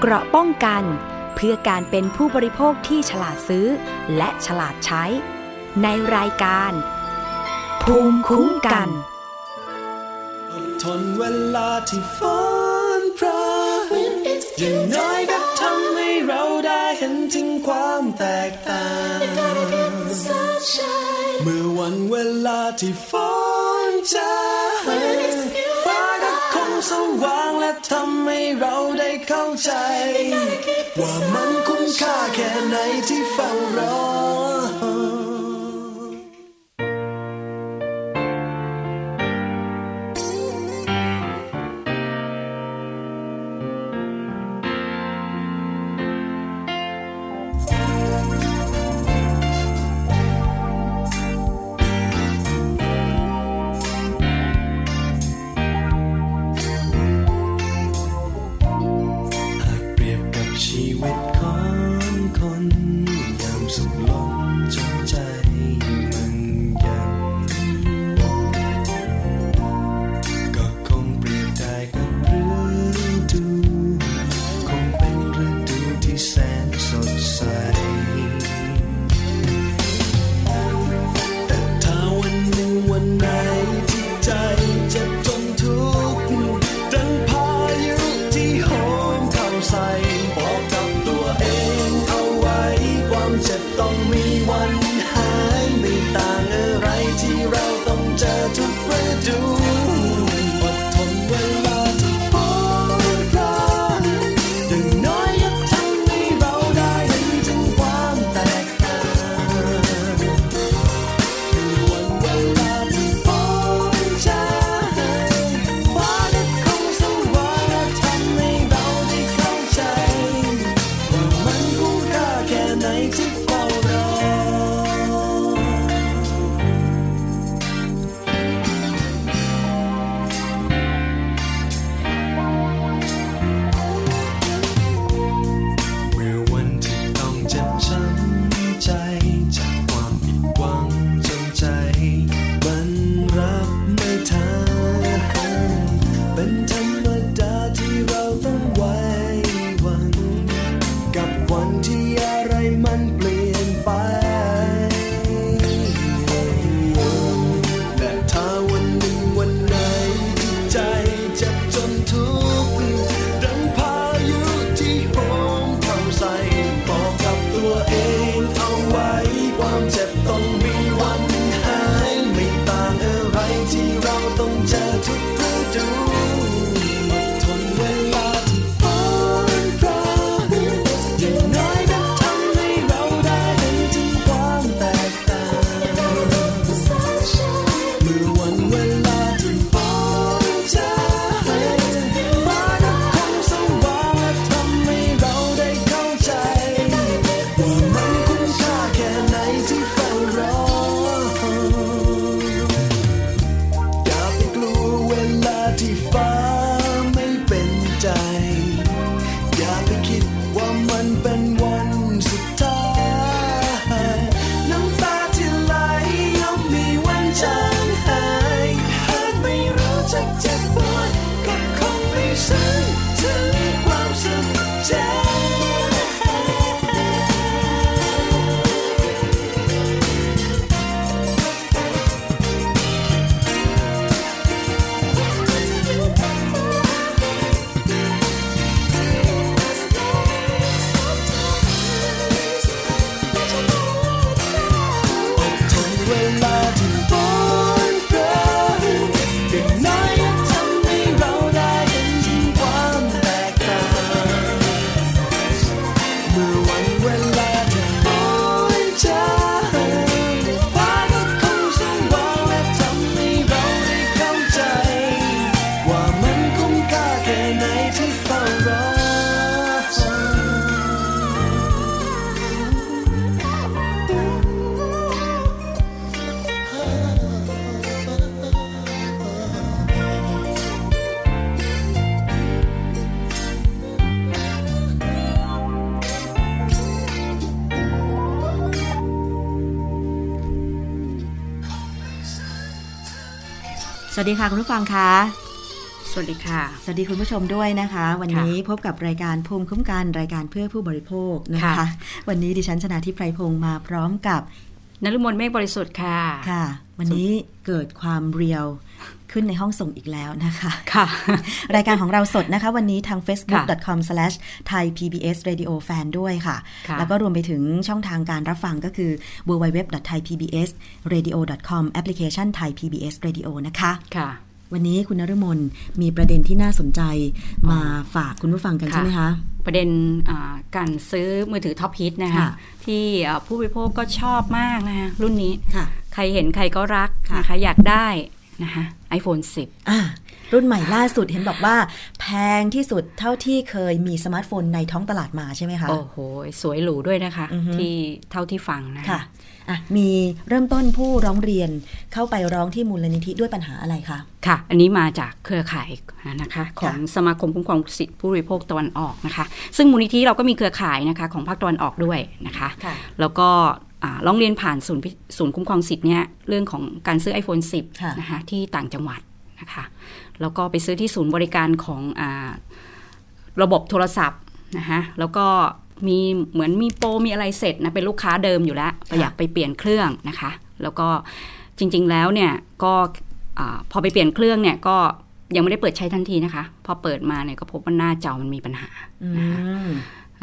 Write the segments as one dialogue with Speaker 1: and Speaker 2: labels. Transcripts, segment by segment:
Speaker 1: เกราะป้องกัน เพื่อการเป็นผู้บริโภคที่ฉลาดซื้อ และฉลาดใช้ ในรายการ ภูมิคุ้มกัน
Speaker 2: อดทนเวลาที่ฝนพรายอย่างน้อยก็ทำให้เราได้เห็นถึงความแตกต่าง เมื่อวันเวลาที่ฝนจางฟ้าก็คงสว่างและทำให้เราได้เข้าใจ ว่ามันคุ้มค่าแค่ไหนที่เฝ้ารอ หากเปรียบกับชีวิตของคนยามสุขลงจนใจมันยังก็คงเปรียบได้กับฤดู คงเป็นฤดูที่แสนสดใส แต่ถ้าวันหนึ่งวันไหนที่ใจเจ็บจนทุกข์ดังพายุที่โหมเข้าใส่บอกกับตัวเองเอาไว้ ความเจ็บต้องมีวันหายไม่ต่างอะไรที่เราต้องเจอทุกฤดูอดทนเวลาที่พบกันอย่างน้อยก็ทำให้เราได้เห็นถึงความแตกต่าง วันเวลาที่ฟ้าจะฟ้าก็คงสว่างและทำให้เราได้เข้าใจ ว่ามันคุ้มค่าแค่ไหนที่เฝ้ารอ เมื่อวันที่ต้องเจ็บช้ำใจ จากความผิดหวังจนใจ มันรับไม่ทันเป็นธรรมดาที่เราต้องไว้วัน กับวันที่อะไรมันเปลี่ยนไป และถ้าวันหนึ่งวันไหนที่ใจเจ็บจนทุกข์ดังพายุที่โหมเข้าใส่บอกกับตัวเองเอาไว้ ความเจ็บต้องมีวันหาย ไม่ต่างอะไรที่เราต้องเจอทุกฤดูอดทนเวลาที่ฟ้าร้ายอย่างน้อยก็ทำให้เราได้เห็นถึงความแตกต่าง เมื่อวันเวลาที่ฟ้าจะฟ้าก็คงสว่างและทำให้เราได้เข้าใจ ว่ามันคุ้มค่าแค่ไหนที่เฝ้ารอ อย่าไปกลัวเวลาที่ฟ้าไม่เป็นใจ อย่าไปคิดว่ามันเป็นวันสุดท้าย น้ำตาที่ไหลย่อมมีวันจางหาย หากไม่รู้จักเจ็บปวดก็คงไม่ซึ้งถึงความสุขใจ อดทนเวลาที่ฟ้อนรำอย่างน้อยก็ทำให้เราได้เห็นถึงความแตกต่างเมื่อวันเวลาที่ฟ้อนจางฟ้าก็คงสว่างและทำให้เราได้เข้าใจ ว่ามันคุ้มค่าแค่ไหนที่เฝ้ารอ
Speaker 3: สวัสดีค่ะคุณผู้ฟังคะ สวัสดีค่ะ
Speaker 4: สวัสดีคุณผู้ชมด้วยนะคะ วันนี้พบกับรายการภูมิคุ้มกันรายการเพื่อผู้บริโภคนะคะ
Speaker 3: ค่ะ
Speaker 4: วันนี้ดิฉันชนะทิพไพรพงศ์มาพร้อมกับ
Speaker 3: นฤมลเมฆบริสุทธิ์ค่ะ
Speaker 4: ค่ะ วันนี้เกิดความเรียวขึ้นในห้องส่งอีกแล้วนะคะ
Speaker 3: ค่ะ
Speaker 4: รายการของเราสดนะคะ วันนี้ทาง facebook.com/thaipbsradiofan ด้วยค่ะ
Speaker 3: ค่ะ
Speaker 4: แล้วก็รวมไปถึงช่องทางการรับฟังก็คือ www.thaipbsradio.com แอปพลิเคชัน Thai PBS Radio นะคะ
Speaker 3: ค่ะ
Speaker 4: วันนี้คุณนฤมลมีประเด็นที่น่าสนใจมาฝากคุณผู้ฟังกัน
Speaker 3: ค่ะ
Speaker 4: ใช่ไหมคะ
Speaker 3: ประเด็นอ่าการซื้อมือถือท็อปฮิตนะคะ
Speaker 4: ค่ะ
Speaker 3: ที่อ่าผู้บริโภคก็ชอบมากนะคะรุ่นนี้
Speaker 4: ค่ะ
Speaker 3: ใครเห็นใครก็รัก
Speaker 4: ค่ะ
Speaker 3: นะคะอยากได้นะคะ iPhone 10
Speaker 4: อ่ารุ่นใหม่ล่าสุดเห็นบอกว่า แพงที่สุดเท่าที่เคยมีสมาร์ทโฟนในท้องตลาดมาใช่ไหมคะ
Speaker 3: โอ้โห สวยหรูด้วยนะคะ
Speaker 4: อือฮึ
Speaker 3: ที่เท่าที่ฟังนะ
Speaker 4: ค่ะอ่ะ มีเริ่มต้นผู้ร้องเรียนเข้าไปร้องที่มูลนิธิด้วยปัญหาอะไรคะ
Speaker 3: ค่ะ อันนี้มาจากเครือข่ายนะคะ ของสมาคมคุ้มครองสิทธิผู้บริโภคตะวันออกนะคะ ซึ่งมูลนิธิเราก็มีเครือข่ายนะคะของภาคตะวันออกด้วยนะคะ
Speaker 4: ค่ะ
Speaker 3: แล้วก็อ่าร้องเรียนผ่านศูนย์พิศูนย์คุ้มครองสิทธิ์เนี่ยเรื่องของการซื้อ iPhone
Speaker 4: ค่ะ
Speaker 3: 10นะคะที่ต่างจังหวัดนะคะแล้วก็ไปซื้อที่ศูนย์บริการของอาระบบโทรศัพท์นะคะแล้วก็มีเหมือนมีโปรมีอะไรเสร็จนะเป็นลูกค้าเดิมอยู่แล้วแต่อยากไปเปลี่ยนเครื่องนะคะ แล้วก็จริงๆแล้วเนี่ยก็อาพอไปเปลี่ยนเครื่องเนี่ยก็ยังไม่ได้เปิดใช้ทันทีนะคะ พอเปิดมาเนี่ยก็พบว่าหน้าจอมันมีปัญหา
Speaker 4: อื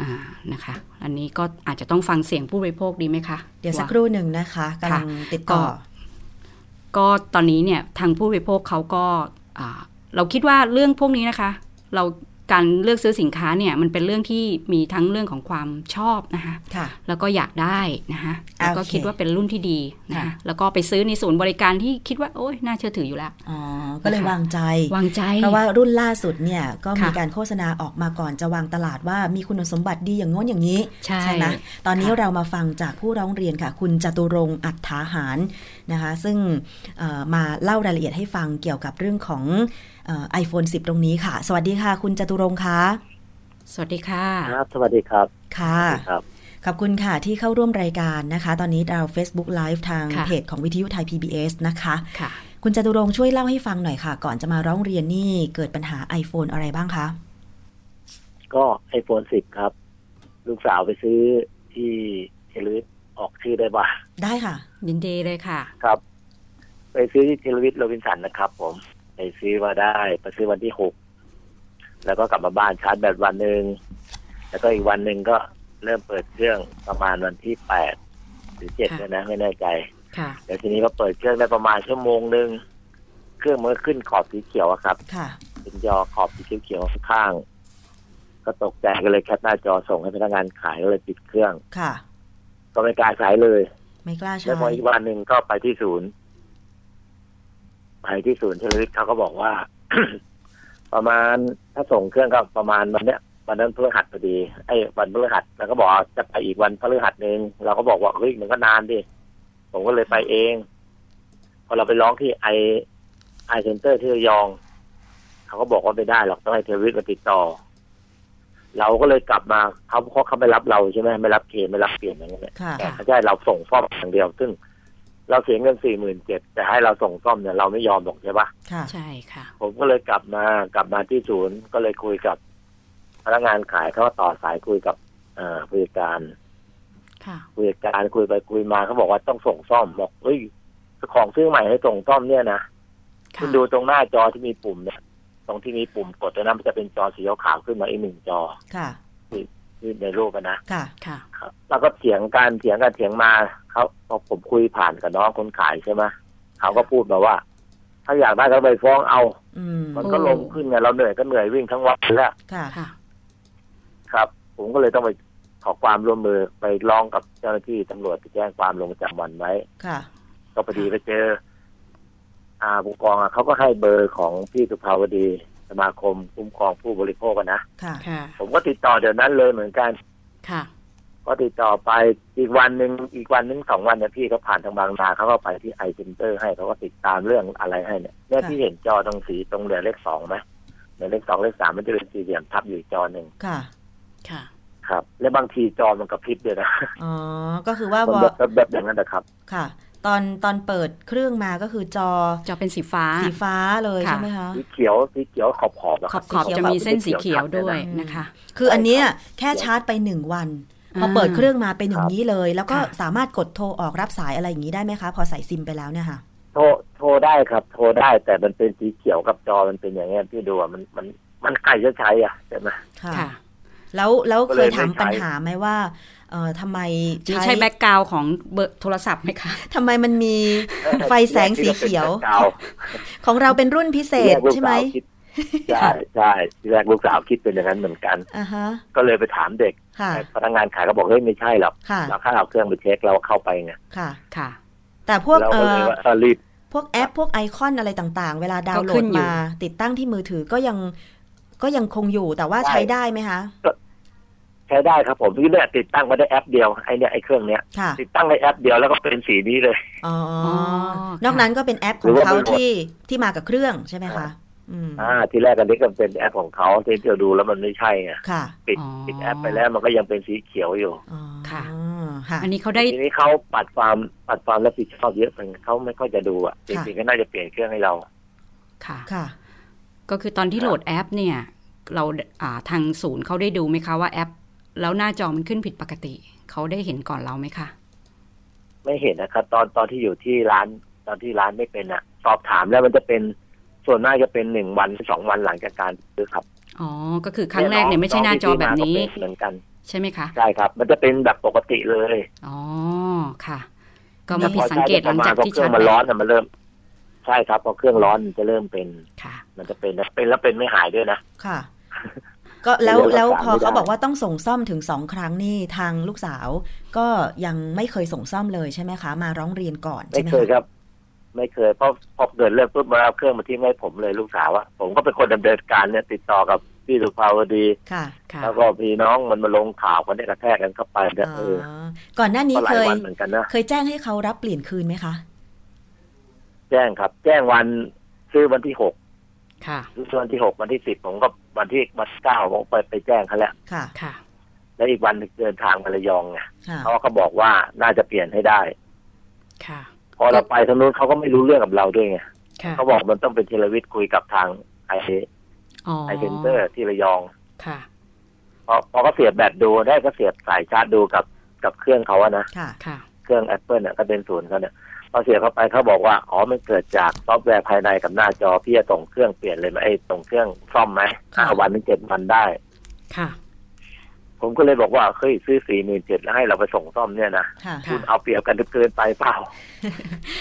Speaker 4: ม
Speaker 3: นะคะอ่านะคะ อันนี้ก็อาจจะต้องฟังเสียงผู้บริโภคดีไหมคะ
Speaker 4: เดี๋ยวสัก
Speaker 3: า
Speaker 4: ครู่หนึ่งนะคะกำลังติดต่อ
Speaker 3: ก็ ก็ตอนนี้เนี่ยทางผู้บริโภคเขาก็อ่าเราคิดว่าเรื่องพวกนี้นะคะ เราการเลือกซื้อสินค้าเนี่ยมันเป็นเรื่องที่มีทั้งเรื่องของความชอบนะคะ
Speaker 4: ค่ะ
Speaker 3: แล้วก็อยากได้นะคะแล้วก็
Speaker 4: โอเค
Speaker 3: คิดว่าเป็นรุ่นที่ดีนะคะ
Speaker 4: ค่ะ
Speaker 3: แล้วก็ไปซื้อในศูนย์บริการที่คิดว่าโอ๊ยน่าเชื่อถืออยู่แล้ว
Speaker 4: อ๋อ ก็เลยวางใจ
Speaker 3: วางใจ
Speaker 4: เพราะว่ารุ่นล่าสุดเนี่ยก็มี
Speaker 3: ค่ะ
Speaker 4: การโฆษณาออกมาก่อนจะวางตลาดว่ามีคุณสมบัติดีอย่างโน้นอย่างนี้
Speaker 3: ใช่
Speaker 4: ไหมตอนนี้
Speaker 3: ค่ะ
Speaker 4: เรามาฟังจากผู้ร้องเรียนค่ะ คุณจตุรงค์อัฏฐาหารนะคะ ซึ่งเอ่อมาเล่ารายละเอียดให้ฟังเกี่ยวกับเรื่องของไอโฟน10 ตรงนี้ค่ะ สวัสดีค่ะ คุณจตุรงค์คะ
Speaker 3: สวัสดีค่ะ
Speaker 5: ครับ สวัสดีครับ
Speaker 4: ค่ะ
Speaker 5: ครับ
Speaker 4: ขอบคุณค่ะที่เข้าร่วมรายการนะคะ ตอนนี้เรา Facebook Live ทาง
Speaker 3: ค่ะ
Speaker 4: เพจของวิทยุไทย PBS นะคะ
Speaker 3: ค่ะ
Speaker 4: คุณจตุรงค์ช่วยเล่าให้ฟังหน่อยค่ะ ก่อนจะมาร้องเรียนนี่เกิดปัญหา iPhone อะไรบ้างคะ
Speaker 5: ก็ไอโฟนสิบครับ ลูกสาวไปซื้อที่เทเลวิตออกชื่อได้ป่ะ
Speaker 4: ได้ค่ะ
Speaker 3: ยินดีเลยค่ะ
Speaker 5: ครับ ไปซื้อที่เทเลวิตโรบินสันนะครับ ผม ไปซื้อมาได้ไปซื้อวันที่หกแล้วก็กลับมาบ้านชาร์จแบตวันหนึ่งแล้วก็อีกวันหนึ่งก็เริ่มเปิดเครื่องประมาณวันที่แปดหรือเจ็ด
Speaker 3: ค่ะ
Speaker 5: ด้วยนะไม่แน่ใจ
Speaker 3: ค่ะ
Speaker 5: แล้วทีนี้ก็เปิดเครื่องได้ประมาณชั่วโมงหนึ่งเครื่องมันก็ขึ้นขอบสีเขียวอะครับ
Speaker 4: ค่ะ
Speaker 5: เป็นจอขอบสีเขียวๆข้าง ก็ตกใจก็เลยแคปหน้าจอส่งให้พนักงานขายก็เลยปิดเครื่อง
Speaker 4: ค่ะ
Speaker 5: ก็ไม่กล้าใช้เลย
Speaker 4: ไม่กล้าใช้
Speaker 5: แล้วพออีกวันหนึ่งก็ไปที่ศูนย์ไปที่ศูนย์เทเลวิทเขาก็บอกว่า ประมาณถ้าส่งเครื่องก็ประมาณวันเนี้ยวันนั้นพฤหัสพอดีไอ้ยวันพฤหัสแล้วก็บอกว่าจะไปอีกวันพฤหัสหนึ่งเราก็บอกว่าเฮ้ยมันก็นานดิผมก็เลยไปเอง พอเราไปร้องที่ไอไอเซ็นเตอร์ที่ระยอง เขาก็บอกว่าไม่ได้หรอกต้องให้เทวิตมาติดต่อ เราก็เลยกลับมาเขาเขาเขาไม่รับเราใช่ไหมไม่รับเกณฑ์ไม่รับเปลี่ยนอย่างเงี้ย
Speaker 4: ค่ะ
Speaker 5: แต่เขาจะให้เราส่งซ่อมอย่างเดียว ซึ่ง เราเสียเงินสี่หมื่นเจ็ดแต่ให้เราส่งซ่อมเนี่ยเราไม่ยอมหรอกใช่ปะ
Speaker 4: ค่ะ
Speaker 3: ใช่ค่ะ
Speaker 5: ผมก็เลยกลับมากลับมาที่ศูนย์ก็เลยคุยกับ พนักงานขายเขาก็ต่อสายคุยกับเอ่อผู้จัดการ
Speaker 3: ค่ะ
Speaker 5: ผู้จัดการคุยไปคุยมาเขาบอกว่าต้องส่งซ่อมบอกเอ้ยของซื้อใหม่ให้ส่งซ่อมเนี่ยนะ
Speaker 3: ค่ะ
Speaker 5: คุณดูตรงหน้าจอที่มีปุ่มเนี่ย ตรงที่มีปุ่มกดตรงนั้นมันจะเป็นจอสีขาวๆขึ้นมาอีกหนึ่งจอ
Speaker 4: ค่ะ
Speaker 5: ที่ในรูปอะนะ
Speaker 4: ค่ะ
Speaker 3: ค่ะ
Speaker 5: ครับแล้วก็เถียงกันเถียงกันเถียงมาเขาพอผมคุยผ่านกับน้องคนขายใช่ไหมเขาก็พูดมาว่า ถ้าอยากได้ก็ไปฟ้องเอา
Speaker 4: อืม
Speaker 5: มันก็
Speaker 3: โอ้
Speaker 5: ลงขึ้นไงเราเหนื่อยก็เหนื่อยวิ่งทั้งวันแล้ว
Speaker 4: ค่ะ
Speaker 3: ค่ะ
Speaker 5: ครับ ผมก็เลยต้องไปขอความร่วมมือไปร้องกับเจ้าหน้าที่ตำรวจไปแจ้งความลงประจำวันไว้
Speaker 4: ค่ะ
Speaker 5: ก็พอดีไปเจอ อ่าผู้กองอะเขาก็ให้เบอร์ของพี่สุภาวดีสมาคมคุ้มครองผู้บริโภคอะนะ
Speaker 4: ค่ะ
Speaker 3: ค่ะ
Speaker 5: ผมก็ติดต่อเดี๋ยวนั้นเลยเหมือนกัน
Speaker 3: ค่ะ
Speaker 5: ก็ติดต่อไปอีกวันหนึ่งอีกวันหนึ่งสองวันเนี่ยพี่เขาผ่านทางบางนาเขาก็ไปที่ไอเซ็นเตอร์ให้เขาก็ติดตามเรื่องอะไรให้เนี่ยเนี่ย
Speaker 4: ค่ะ
Speaker 5: ที่เห็นจอตรงสีตรงเหลือเลขสองไหมเหลือเลขสองเลขสามมันจะเป็นสี่เหลี่ยมทับอยู่อีกจอหนึ่ง
Speaker 4: ค่ะ
Speaker 3: ค่ะ
Speaker 5: ครับ และบางทีจอมันกระพริบด้วยนะ
Speaker 4: อ๋อ ก็คือว่า
Speaker 5: มัน
Speaker 4: วอ
Speaker 5: แบบแบบแบบอย่างนั้นนะครับ
Speaker 4: ค่ะ ตอนตอนเปิดเครื่องมาก็คือจอ
Speaker 3: จะเป็นสีฟ้า
Speaker 4: สีฟ้าเลย
Speaker 3: ค่ะ
Speaker 4: ใช่ไหมคะ
Speaker 5: สีเขียวสีเขียวขอบขอบ
Speaker 3: ขอบขอบจะมีเส้นสีเขียวด้วย
Speaker 4: อืม
Speaker 3: นะคะ
Speaker 4: คืออันเนี้ยแค่ชาร์จไปหนึ่งวัน พอเปิดเครื่องมาเป็นอย่างนี้เลย แล้วก็
Speaker 3: ค่ะ
Speaker 4: สามารถกดโทรออกรับสายอะไรอย่างนี้ได้ไหมคะ พอใส่ซิมไปแล้วเนี่ยค่ะ
Speaker 5: โทรโทรได้ครับ โทรได้แต่มันเป็นสีเขียวกับจอมันเป็นอย่างเงี้ยพี่ดูอะมันมันมันใครจะใช้อ่ะใช่ไหม
Speaker 4: ค่ะ
Speaker 3: ค่ะ
Speaker 4: แล้วแล้ว
Speaker 5: ก็
Speaker 4: เค
Speaker 5: เลย ย
Speaker 4: ถาม
Speaker 5: ไม่ใช้
Speaker 4: ปัญหาไหมว่าเอ่อทำไม
Speaker 3: นี่ใช่แบ็กกราวของเบอร์โทรศัพท์ไหมคะ
Speaker 4: ทำไมมันมี ไฟแสงสีเขียว ของเราเป็นรุ่นพิเศ
Speaker 5: ที่
Speaker 4: ษ
Speaker 5: แรกลูก
Speaker 4: ใช่ไหม
Speaker 5: สาวคิดใช่ใช่ที่แรกลูกสาวคิดเป็นอย่างนั้นเหมือนกัน
Speaker 4: อ่าฮะ
Speaker 5: ก็เลยไปถามเด็ก
Speaker 4: ค่ะ
Speaker 5: พนักงานขายก็บอกเฮ้ยไม่ใช่หรอก
Speaker 4: ค่ะ
Speaker 5: เราแค่เอาเครื่องไปเช็คเราเข้าไปไง
Speaker 4: ค่ะ
Speaker 3: ค่ะ
Speaker 4: แต่พวก
Speaker 5: เรา
Speaker 4: เอ่
Speaker 5: ก็เลย
Speaker 4: อ
Speaker 5: ว่าเออรีบ
Speaker 4: พวกแอปพวกไอคอนอะไรต่างๆ เวลาดาวน์โหล
Speaker 3: ก็ขึ้
Speaker 4: ด
Speaker 3: นอยู่
Speaker 4: มา ติดตั้งที่มือถือก็ยังก็ยังคงอยู่แต่ว่า
Speaker 5: ใช่
Speaker 4: ใช้ได้ไหมคะ
Speaker 5: ใช้ได้ครับผมที่เนี่ยติดตั้งมาได้แอปเดียวไอเนี่ยไอเครื่องเนี้ย
Speaker 4: ค่ะ
Speaker 5: ติดตั้งในแอปเดียวแล้วก็เป็นสีนี้เลย
Speaker 4: อ๋ออ
Speaker 3: อน
Speaker 4: อกนั้นก็เป็นแอปขอ
Speaker 5: หรื
Speaker 4: ง
Speaker 5: อว่า
Speaker 4: เขา
Speaker 5: เป็นโหลด
Speaker 4: ที่ที่มากับเครื่องใช่ไหมคะอืม
Speaker 5: อ่าที่แรกอันนี้ก็เป็นแอปของเขาที่เราดูแล้วมันไม่ใช่ไง
Speaker 4: ค่ะ
Speaker 5: ปิด
Speaker 3: อ๋อ
Speaker 5: ปิดแอปไปแล้วมันก็ยังเป็นสีเขียวอยู่
Speaker 4: อ๋อ
Speaker 3: ค่ะ
Speaker 4: ค่ะ
Speaker 3: อันนี้เขาได้
Speaker 5: ทีนี้เขาปัดความปัดความรับผิดชอบเยอะไปเขาไม่ค่อยจะดูอ่ะจ
Speaker 4: ค่ะ
Speaker 5: ริงๆก็น่าจะเปลี่ยนเครื่องให้เรา
Speaker 3: ค่ะ
Speaker 4: ค่ะ
Speaker 3: ก็คือตอนที่โหลดแอปเนี่ย เราอ่าทางศูนย์เขาได้ดูไหมคะว่าแอป แล้วหน้าจอมันขึ้นผิดปกติ เขาได้เห็นก่อนเราไหมคะ
Speaker 5: ไม่เห็นนะครับ ตอนตอนที่อยู่ที่ร้านตอนที่ร้านไม่เป็นอ่ะ สอบถามแล้วมันจะเป็นส่วนมากจะเป็นหนึ่งวันสองวันหลังจากการซื้อครับ
Speaker 3: อ๋อ ก็คือครั้งแรกเนี่ยไม่ใช่หน้าจอแบบนี้
Speaker 5: องที่มาก็เป็เหมือนกัน
Speaker 3: ใช่ไหมคะ
Speaker 5: ใช่ครับ มันจะเป็นแบบปกติเลย
Speaker 3: อ๋อ ค่ะ ก็มาผิดสังเกตหลังจากที่
Speaker 5: พอใช้
Speaker 3: ชาร์จ
Speaker 5: ไปป
Speaker 3: แบ
Speaker 5: ระมาณพอเครื่องมันร้อน
Speaker 3: ต
Speaker 5: น่ะมันเริ่ม ใช่ครับพอเครื่องร้อนมันจะเริ่มเป็น
Speaker 3: ค่ะ
Speaker 5: มันจะเป็นนะเป็นแล้วเป็นไม่หายด้วยนะ
Speaker 4: ค่ะ ก็แล้ว
Speaker 5: ไม่ได้
Speaker 4: แล้ว
Speaker 5: รักษา
Speaker 4: พอเขา
Speaker 5: ไม่ได้
Speaker 4: บอกว่าต้องส่งซ่อมถึงสองครั้งนี่ทางลูกสาว ก็ยังไม่เคยส่งซ่อมเลยใช่ไหมคะ มาร้องเรียนก่อน
Speaker 5: ไม่
Speaker 4: ใช่ไหม
Speaker 5: เคยครับ ไม่เคยเพราะพอเกิดเรื่องปุ๊บมาเอาเครื่องมาทิ้งให้ผมเลยลูกสาวอะผมก็เป็นคนดำเนินการเนี่ยติดต่อกับพี่สุภาวดี
Speaker 4: ค่ะ
Speaker 3: ค่ะ
Speaker 5: แล้วก็พี่น้องมันมาลงข่าวกันได้กระแทกกันเข้าไปเนี่ย
Speaker 4: อ๋
Speaker 5: เออ
Speaker 4: อก่อนหน้านี้
Speaker 5: ก็หลา
Speaker 4: เค
Speaker 5: ย
Speaker 4: ย
Speaker 5: วันเหมือนกันนะ
Speaker 4: เคยแจ้งให้เขารับเปลี่ยนคืนไหมคะ
Speaker 5: แจ้งครับ แจ้งวันซื้อวันที่หก
Speaker 3: ค่ะ
Speaker 5: ซื้อวันที่หกวันที่สิบผมก็วันที่วันที่เก้าผมไปไปแจ้งเขาแล้ว
Speaker 4: ค่ะ
Speaker 3: ค่ะ
Speaker 5: แล้วอีกวันหนึ่งเดินทางมาระยองไง
Speaker 4: ค่ะ
Speaker 5: เขาก็บอกว่าน่าจะเปลี่ยนให้ได้
Speaker 3: ค่ะ
Speaker 5: พอเราไปทางนู้นเขาก็ไม่รู้เรื่องกับเราด้วยไง
Speaker 3: ค่ะ
Speaker 5: เขาบอกมันต้องเป็นเทเลวิทย์คุยกับทางไอ
Speaker 3: อ๋อ
Speaker 5: ไอเซนเตอร์ที่ระยอง
Speaker 3: ค่ะ
Speaker 5: พอพอเขาเสียบแบตดูได้ก็เสียบสายชาร์จดูกับกับเครื่องเขาอะนะ
Speaker 4: ค่ะ
Speaker 3: ค่ะ
Speaker 5: เครื่อง Apple เนี่ยก็เป็นศูนย์เขาเนี่ยพอเสียบเข้าไปเขาบอกว่า อ๋อ มันเกิดจากซอฟต์แวร์ภายในกับหน้าจอ พี่จะส่งเครื่องเปลี่ยนเลยไหมไอ้ส่งเครื่องซ่อมไหม
Speaker 4: ค่ะ
Speaker 5: ห้าวันถึงเจ็ดวันได้
Speaker 3: ค่ะ
Speaker 5: ผมก็เลยบอกว่าเฮ้ยซื้อสี่หมื่นเจ็ดแล้วให้เราไปส่งซ่อมเนี่ยนะ
Speaker 4: ค่ะ
Speaker 3: ค่ะ
Speaker 5: เอาเปรียบกันเกินไปเปล่า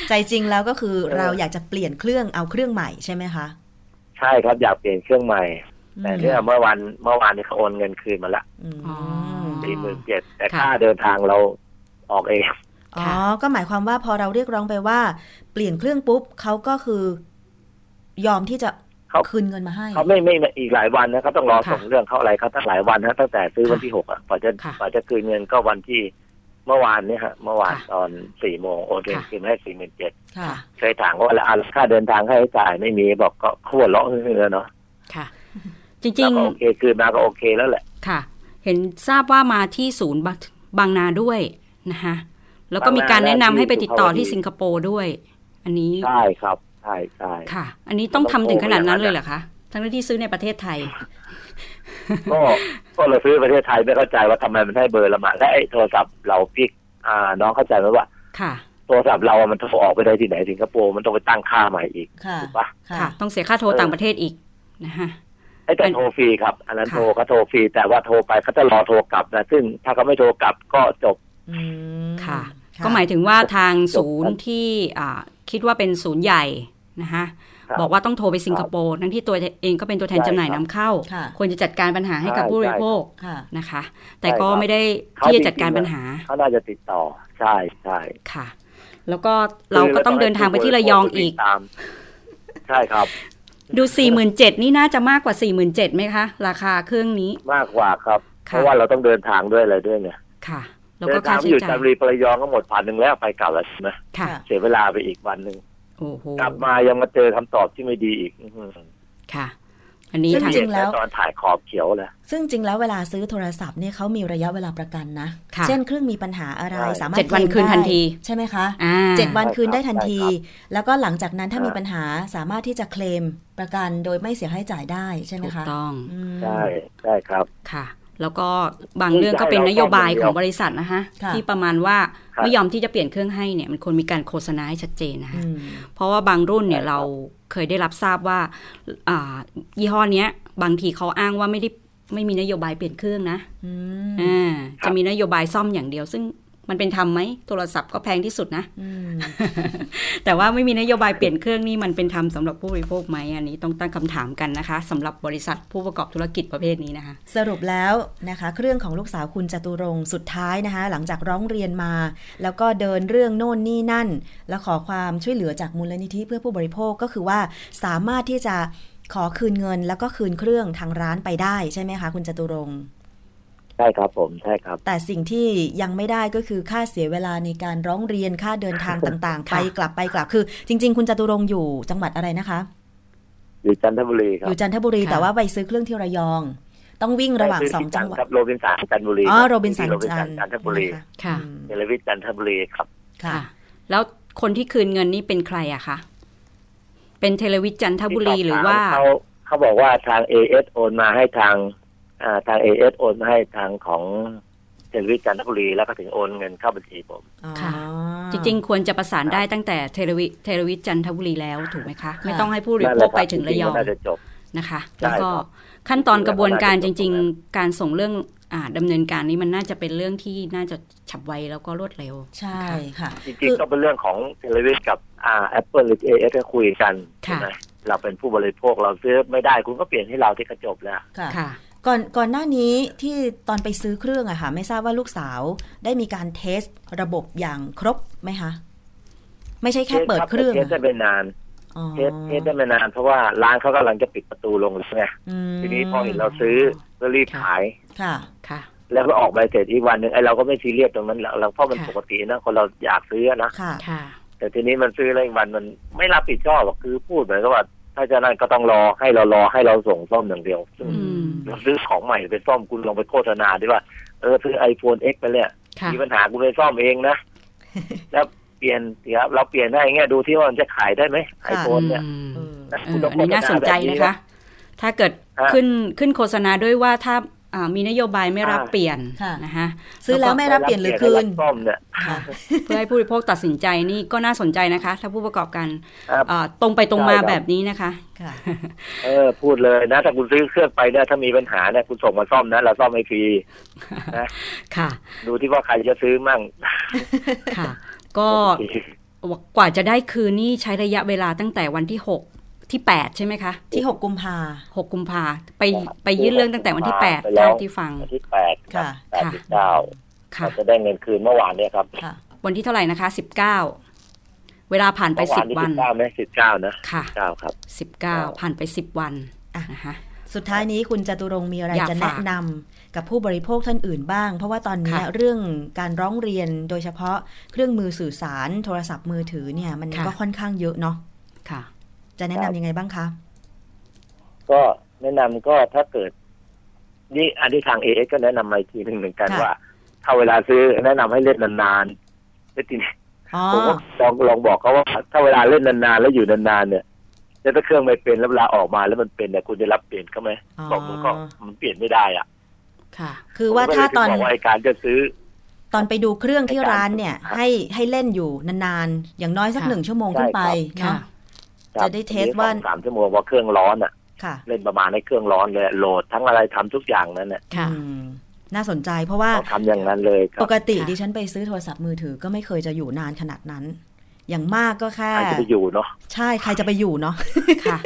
Speaker 4: ใจจริงแล้วก็คือ
Speaker 5: เออ
Speaker 4: เราอยากจะเปลี่ยนเครื่องเอาเครื่องใหม่ใช่ไหมคะ
Speaker 5: ใช่ครับอยากเปลี่ยนเครื่องใหม่ แต่เนี่ยเมื่อวันเมื่อวานนี้เขาโอนเงินคืนมาละ
Speaker 4: อืม
Speaker 3: อ๋อ
Speaker 5: สี่หมื่นเจ็ดแต่
Speaker 3: ค่ะ
Speaker 5: ค่าเดินทางเราออกเอง
Speaker 4: อ๋อ ก็หมายความว่าพอเราเรียกร้องไปว่า เปลี่ยนเครื่องปุ๊บเขาก็คือ ยอมที่จะ
Speaker 5: เขา
Speaker 4: คืนเงินมาให้
Speaker 5: เขาไม่ไม่ไม่อีกหลายวันนะเขาต้องรอ
Speaker 3: ค่ะ
Speaker 5: ส่งเรื่องเขาอะไรเขาตั้งหลายวันนะตั้งแต่ซื้อ
Speaker 3: ค่ะ
Speaker 5: วันที่หกอ่ะกว่าจะ
Speaker 3: ค่ะ
Speaker 5: กว่าจะคืนเงินก็วันที่เมื่อวานเนี่ยฮะ เมื่อวาน
Speaker 3: ค่ะ
Speaker 5: ตอนสี่โมงโอนเงิน
Speaker 3: ค่ะ
Speaker 5: คืนให้สี่หมื่นเจ็ด
Speaker 4: ค่ะ
Speaker 5: เคยถามว่าแล้วอ่ะค่าเดินทางค่าใช้จ่ายไม่มีบอกก็ขวดล้อเฮือเนาะ
Speaker 3: ค่ะ จริ
Speaker 5: แล้ว
Speaker 3: ง
Speaker 5: ก็โอเคคืนมาก็โอเคแล้วแหละ
Speaker 3: ๆ ค่ะ เห็นทราบว่ามาที่ศูนย์บางบางนาด้วยนะคะแล้วก็มีการแนะนำให้ไปติดต่อที่สิงคโปร์ด้วย อันนี้
Speaker 5: ใช่ครับใช่ใช่
Speaker 3: ค่ะ อันนี้ต้อง
Speaker 5: ต้
Speaker 3: ทำ
Speaker 5: องโกง
Speaker 3: ถึงขนาด
Speaker 5: อย่างนั้
Speaker 3: นั้น
Speaker 5: น
Speaker 3: เลยเหรอคะ ทั้งที่ซื้อในประเทศไทย
Speaker 5: ก็ก็เราซื้อประเทศไทยไม่เข้าใจว่าทำไมมันให้เบอร์เรามาและไอ้โทรศัพท์เราพิกอ่าน้องเข้าใจไหมว่า
Speaker 3: ค่ะ
Speaker 5: โทรศัพท์เราอ่ะมันโทรออกไปได้ที่ไหนสิงคโปร์มันต้องไปตั้งค่าใหม่อีก
Speaker 4: ค่ะ
Speaker 5: ถูกปะ
Speaker 3: ค่ะ ต้องเสียค่าโทรต่างประเทศอีกนะคะ
Speaker 5: ไอ้แต่
Speaker 3: อัน
Speaker 5: โทรฟรีครับ อันนั้น
Speaker 3: ค่ะ
Speaker 5: โทรก็โทรฟรีแต่ว่าโทรไปเขาจะรอโทรกลับนะซึ่งถ้าเขาไม่โทรกลับก็จบ
Speaker 4: อืม
Speaker 3: ค่ะ ก็หมายถึงว่าทางศูนย์ที่อ่าคิดว่าเป็นศูนย์ใหญ่นะคะ
Speaker 5: ครับ
Speaker 3: บอกว่าต้องโทรไปสิงคโปร์ทั้งที่ตัวเองก็เป็นตัวแทน
Speaker 5: ใช่
Speaker 3: จำหน่าย
Speaker 5: ครั
Speaker 3: นำ
Speaker 5: บ
Speaker 3: เข้า
Speaker 4: ค่ะ
Speaker 3: ควรจะจัดการปัญหาให้กับ
Speaker 5: ใช่
Speaker 3: ผู้บริโภค
Speaker 4: ค่ะ
Speaker 3: นะคะ แต่
Speaker 5: ใช่
Speaker 3: ก็
Speaker 5: ครับ
Speaker 3: ไม่ได้
Speaker 5: เขา
Speaker 3: ที่จะ
Speaker 5: จริงๆ
Speaker 3: จัดการปัญหา
Speaker 5: เขาน่าจะติดต่อใช่ใช่
Speaker 3: ค่ะ แล้วก็เราก็ต้องเดินทางไปที่ระยองอีก
Speaker 5: ตาม ใช่ครับ
Speaker 3: ดู 47,000นี่น่าจะมากกว่า 47,000ไหมคะ ราคาเครื่องนี้
Speaker 5: มากกว่าครับ
Speaker 3: ค่ะ
Speaker 5: เพราะว่าเราต้องเดินทางด้วยอะไรด้วยไง
Speaker 3: ค่ะ แล้ว
Speaker 5: เดิ
Speaker 3: ก็
Speaker 5: น
Speaker 3: ค่า
Speaker 5: ทางไป
Speaker 3: ใช้
Speaker 5: อยู่
Speaker 3: จ่า
Speaker 5: จั
Speaker 3: ย
Speaker 5: นทบุรีไประยองก็หมดพันหนึ่งแล้วไปกลับแล้วใช่ไหม
Speaker 3: ค่ะ
Speaker 4: ค่ะ
Speaker 5: เสียเวลาไปอีกวันหนึ่ง
Speaker 3: โอ้โห
Speaker 5: กลับมายังมาเจอคำตอบที่ไม่ดีอีกอื้อหือ
Speaker 3: ค่ะ อันนี้
Speaker 4: ซึ่ง
Speaker 3: ทาง
Speaker 4: จริง แล้ว
Speaker 5: เห็นตอนถ่ายขอบเขียวเลย
Speaker 4: ซึ่งจริงแล้วเวลาซื้อโทรศัพท์เนี่ยเขามีระยะเวลาประกันนะ
Speaker 3: ค่ะ
Speaker 4: เช่นเครื่องมีปัญหาอะไร
Speaker 5: ใช่
Speaker 4: สามารถ
Speaker 3: เจ็ดวัน
Speaker 4: ลม
Speaker 3: คืนทันที
Speaker 4: ได้ใช่ไหมคะ
Speaker 3: อ่า
Speaker 4: เจ็ดวันคืนได้ทันที
Speaker 5: ใช่ครับ
Speaker 4: แล้วก็หลังจากนั้นถ้า
Speaker 5: อ่ามี
Speaker 4: มีปัญหาสามารถที่จะเคลมประกันโดยไม่เสียค่าใช้จ่ายได้ใช่ไหม
Speaker 3: ถูก
Speaker 4: คะ
Speaker 3: ต้อง
Speaker 4: อืม
Speaker 5: ใช่ใช่ครับ
Speaker 3: ค่ะ แล้วก็บางเรื่องก็เป็นนโยบายของบริษัทนะคะ
Speaker 4: ค่ะ
Speaker 3: ที่ประมาณว่า
Speaker 5: ครับ
Speaker 3: ไม่ยอมที่จะเปลี่ยนเครื่องให้เนี่ยมันควรมีการโฆษณาให้ชัดเจนนะคะ
Speaker 4: อืม
Speaker 3: เพราะว่าบางรุ่นเนี่ย
Speaker 5: ใช่ครับ
Speaker 3: เราเคยได้รับทราบว่าอ่ายี่ห้อเนี้ย บางทีเขาอ้างว่าไม่ได้ไม่มีนโยบายเปลี่ยนเครื่องนะ
Speaker 4: อืม
Speaker 3: อ่า
Speaker 5: ครับ
Speaker 3: จะมีนโยบายซ่อมอย่างเดียว ซึ่งมันเป็นธรรมไหมโทรศัพท์ก็แพงที่สุดนะ
Speaker 4: อืม
Speaker 3: แต่ว่าไม่มีนโยบายเปลี่ยนเครื่องนี่มันเป็นธรรมสำหรับผู้บริโภคไหมอันนี้ต้องตั้งคำถามกันนะคะสำหรับบริษัทผู้ประกอบธุรกิจประเภทนี้นะคะ
Speaker 4: สรุปแล้วนะคะ เครื่องของลูกสาวคุณจตุรงค์สุดท้ายนะคะ หลังจากร้องเรียนมา แล้วก็เดินเรื่องโน่นนี่นั่น แล้วขอความช่วยเหลือจากมูลนิธิเพื่อผู้บริโภคก็คือว่าสามารถที่จะขอคืนเงิน แล้วก็คืนเครื่องทางร้านไปได้ใช่ไหมคะ คุณจตุรงค์
Speaker 5: ใช่ครับผมใช่ครับ
Speaker 4: แต่สิ่งที่ยังไม่ได้ก็คือค่าเสียเวลาในการร้องเรียนค่าเดินทางต่างๆ ไป
Speaker 3: ค่ะ
Speaker 4: กลับไปกลับคือ จริง ๆ คุณจตุรงค์อยู่จังหวัดอะไรนะคะ
Speaker 5: อยู่จันทบุรีครั
Speaker 4: อบ ยู่จันทบุรี
Speaker 3: ค่ะ
Speaker 4: แต่ว่าไปซื้อเครื่องที่ระยอง ต้องวิ่งระหว่าง
Speaker 5: ใช่
Speaker 4: สองจังหวัด
Speaker 5: ครับโรบินสันจันทบุรี
Speaker 4: อ๋อโรบินสัน
Speaker 5: ที่โรบิน
Speaker 4: จั
Speaker 5: สั
Speaker 4: น
Speaker 5: นจันทบุรี
Speaker 3: ค่ะ
Speaker 4: อืม
Speaker 5: เทเลวิทจันทบุรีครับ
Speaker 4: ค่ะ
Speaker 3: แล้วคนที่คืนเงินนี่เป็นใครอะคะเป็นเทเลวิจจันทบุรีหรือว่า
Speaker 5: เขาเขาบอกว่าทางเอเอสโอนมาให้ทางอ่าทางเอเอสโอนมาให้ทางของเทลวิจันทบุรีแล้วก็ถึงโอนเงินเข้าบัญชีผม
Speaker 4: อ๋อ
Speaker 3: ค่ะ จริงๆ ควรจะประสานได้ตั้งแต่เทเลวิเทเลวิจจันทบุรีแล้วถูกไหมคะ ไม่ต้องให้ผู้บริโภคไปถึงระยอง
Speaker 5: น่าจะจบ
Speaker 3: นะคะ
Speaker 5: ใช่
Speaker 3: แล้วก็
Speaker 5: ครับ
Speaker 3: ขั้นตอนกระบวนการจริง
Speaker 5: น่าจะจบ
Speaker 3: ๆ การส่งเรื่องอ่าดำเนินการนี้มันน่าจะเป็นเรื่องที่น่าจะฉับไวแล้วก็รวดเร็ว
Speaker 4: ใช่ค่ะ
Speaker 5: จริงๆก็เป็นเรื่องของเทเลวิทกับอ่าแอปเปิลหรือเอเอสก็คุยกัน
Speaker 3: ค่ะ
Speaker 5: ใช่ไหมเราเป็นผู้บริโภคเราซื้อไม่ได้คุณก็เปลี่ยนให้เราที่กระจบแล้ว
Speaker 4: ค่ะ
Speaker 3: ค่ะ
Speaker 4: ก่อนก่อนหน้านี้ที่ตอนไปซื้อเครื่องอะค่ะ ไม่ทราบว่าลูกสาวได้มีการเทสระบบอย่างครบไหมคะ ไม่ใช่แค่เปิดเครื่อง
Speaker 5: เทสได้ไม่นาน
Speaker 4: อ๋อ
Speaker 5: เทสเทสได้ไม่นานเพราะว่าร้านเขากำลังจะปิดประตูลงแล้วไง
Speaker 4: อืม
Speaker 5: ทีนี้พอเห็นเราซื้อก็รีบขาย
Speaker 4: ค่ะ
Speaker 3: ค่ะ
Speaker 5: แล้วก็ออกใบเสร็จอีกวันหนึ่งไอ้เราก็ไม่ซีเรียสตรงนั้นหรอกเราเพราะมัน
Speaker 3: ค่ะ
Speaker 5: ปกตินะคนเราอยากซื้อนะ
Speaker 4: ค่ะ
Speaker 3: ค่ะ
Speaker 5: แต่ทีนี้มันซื้อแล้วอีกวันมันไม่รับผิดชอบหรอกคือพูดเหมือนกับว่า ถ้าจะนั่นก็ต้องรอให้เรารอให้เราส่งซ่อมอย่างเดียวซึ่ง
Speaker 3: อืม
Speaker 5: เราซื้อของใหม่ไปซ่อมคุณลองไปโฆษณาดีว่าเออซื้อไอโฟนเอ็กไปเนี่ย
Speaker 3: ค่ะ
Speaker 5: มีปัญหาคุณไปซ่อมเอง นะ แล้วเปลี่ยนเสียเราเปลี่ยนได้อย่างเงี้ยดูที่ว่ามันจะขายได้ไหมไอ
Speaker 4: ค่ะ
Speaker 5: โฟนเนี่ย
Speaker 3: อืม
Speaker 4: เออ
Speaker 5: ะ
Speaker 3: เออ
Speaker 5: คุณต้ง
Speaker 3: อันนี้น่าสนใจนะคะ
Speaker 5: โฆษณาแบบ
Speaker 3: ถ้าเกิด
Speaker 5: ฮะ
Speaker 3: ขึ้นขึ้นโฆษณาด้วยว่าถ้าอ่ามีนโยบายไม่รับ
Speaker 5: อ่า
Speaker 3: เปลี่ยน
Speaker 4: ค่ะ
Speaker 3: นะคะ
Speaker 4: ซื้อแล้วไม่รับเปลี่ยนหรือคืน
Speaker 5: ให้ซ่อมเนี่ย
Speaker 3: ค่ะเพื่อให้ผู้บริโภคตัดสินใจนี่ก็น่าสนใจนะคะ ถ้าผู้ประกอบการ
Speaker 5: ครับ
Speaker 3: อ่าตรงไปตรงมา
Speaker 5: ใช่ครับ
Speaker 3: แบบนี้นะคะ
Speaker 4: ค่ะ
Speaker 5: เออพูดเลยนะ ถ้าคุณซื้อเครื่องไปเนี่ยถ้ามีปัญหาเนี่ยคุณส่งมาซ่อมนะเราซ่อมให้ฟรี
Speaker 3: ค่ะ
Speaker 5: ดูที่ว่าใครจะซื้อมั่ง
Speaker 3: ค่ะ ก็กว่าจะได้คืนนี่ใช้ระยะเวลาตั้งแต่วันที่ 6 ที่ 8 ใช่ไหมคะ
Speaker 4: ที่หกกุมภา
Speaker 3: 6 กุมภาไปไปยื่นเรื่องตั้งแต่วันที่8เท่าที่ฟัง
Speaker 5: วันที่แปด
Speaker 4: ค่ะ
Speaker 5: แปดสิบเก้า
Speaker 3: ค่ะ
Speaker 5: เราจะได้เงินคืนเมื่อวานเนี่ยครับ
Speaker 4: ค่ะ
Speaker 3: วันที่เท่าไหร่นะคะ 19 เวลาผ่านไป
Speaker 5: เมื่อวานที่
Speaker 3: 10 วั
Speaker 5: สิ
Speaker 3: น
Speaker 5: บเก้าไหมสิบเก้านะ
Speaker 3: ค่ะ
Speaker 5: เก้าครับ
Speaker 3: 19 ผ่านไป 10 วัน
Speaker 4: อ่ะ
Speaker 3: นะคะ
Speaker 4: สุดท้ายนี้คุณจตุรงค์มีอะไร
Speaker 3: อยาก
Speaker 4: จะ
Speaker 3: ฝา
Speaker 4: แนะ
Speaker 3: ก
Speaker 4: นำกับผู้บริโภคท่านอื่นบ้าง เพราะว่าตอนนี้
Speaker 3: ค่ะ
Speaker 4: เรื่องการร้องเรียนโดยเฉพาะเครื่องมือสื่อสาร โทรศัพท์มือถือเนี่ย มัน
Speaker 3: ค่ะ
Speaker 4: ก็ค่อนข้างเยอะเนาะ
Speaker 3: ค่ะ
Speaker 4: จะแนะนำยังไงบ้างคะ
Speaker 5: ก็แนะนำก็ถ้าเกิด นี่อันที่ทางเอเอก็แนะนำมาอีกทีหนึ่งเหมือนกัน
Speaker 4: ค่ะ
Speaker 5: ว่าถ้าเวลาซื้อแนะนำให้เล่นนานๆแล้วทีนี้
Speaker 4: อ๋อ
Speaker 5: ผมก็ลองลองบอกเขาว่า ถ้าเวลาเล่นนานๆแล้วอยู่นานๆเนี่ยแล้วถ้าเครื่องไม่เป็นแล้วเวลาออกมาแล้วมันเป็นเนี่ยคุณจะรับเปลี่ยนเขาไหมบอกมันก็มันเปลี่ยนไม่ได้อะ
Speaker 3: ค่ะ
Speaker 4: คือว่าถ้าตอน
Speaker 5: ผมก็เลยถึงบอกว่าไอ้การจะซื้อ
Speaker 4: ตอนไปดูเครื่องที่ร้านเนี่ย
Speaker 5: ครับ
Speaker 4: ให้ให้เล่นอยู่นานๆ อย่างน้อยสัก
Speaker 3: ค่ะ
Speaker 4: หนึ่งชั่วโมงขึ้นไป
Speaker 3: ค่ะ
Speaker 4: เนาะ
Speaker 5: ครับ
Speaker 4: จะได้เทสว่า
Speaker 5: สองสามชั่วโมงว่าเครื่องร้อนอ่ะ
Speaker 4: ค่ะ
Speaker 5: เล่นประมาณให้เครื่องร้อนเลยโหลดทั้งอะไรทำทุกอย่างนั่นแหละ
Speaker 3: ค่ะ
Speaker 4: อืมน่าสนใจเพราะว่า
Speaker 5: ต้องทำอย่างนั้นเลยครั
Speaker 4: ป
Speaker 5: บ
Speaker 4: กติ
Speaker 3: ค่ะ
Speaker 4: ดิฉันไปซื้อโทรศัพท์มือถือก็ไม่เคยจะอยู่นานขนาดนั้น อย่างมากก็แค่
Speaker 5: ใครจะไปอยู่เนาะ
Speaker 4: ใช่ใครจะไปอยู่เนาะ
Speaker 3: ค่ะ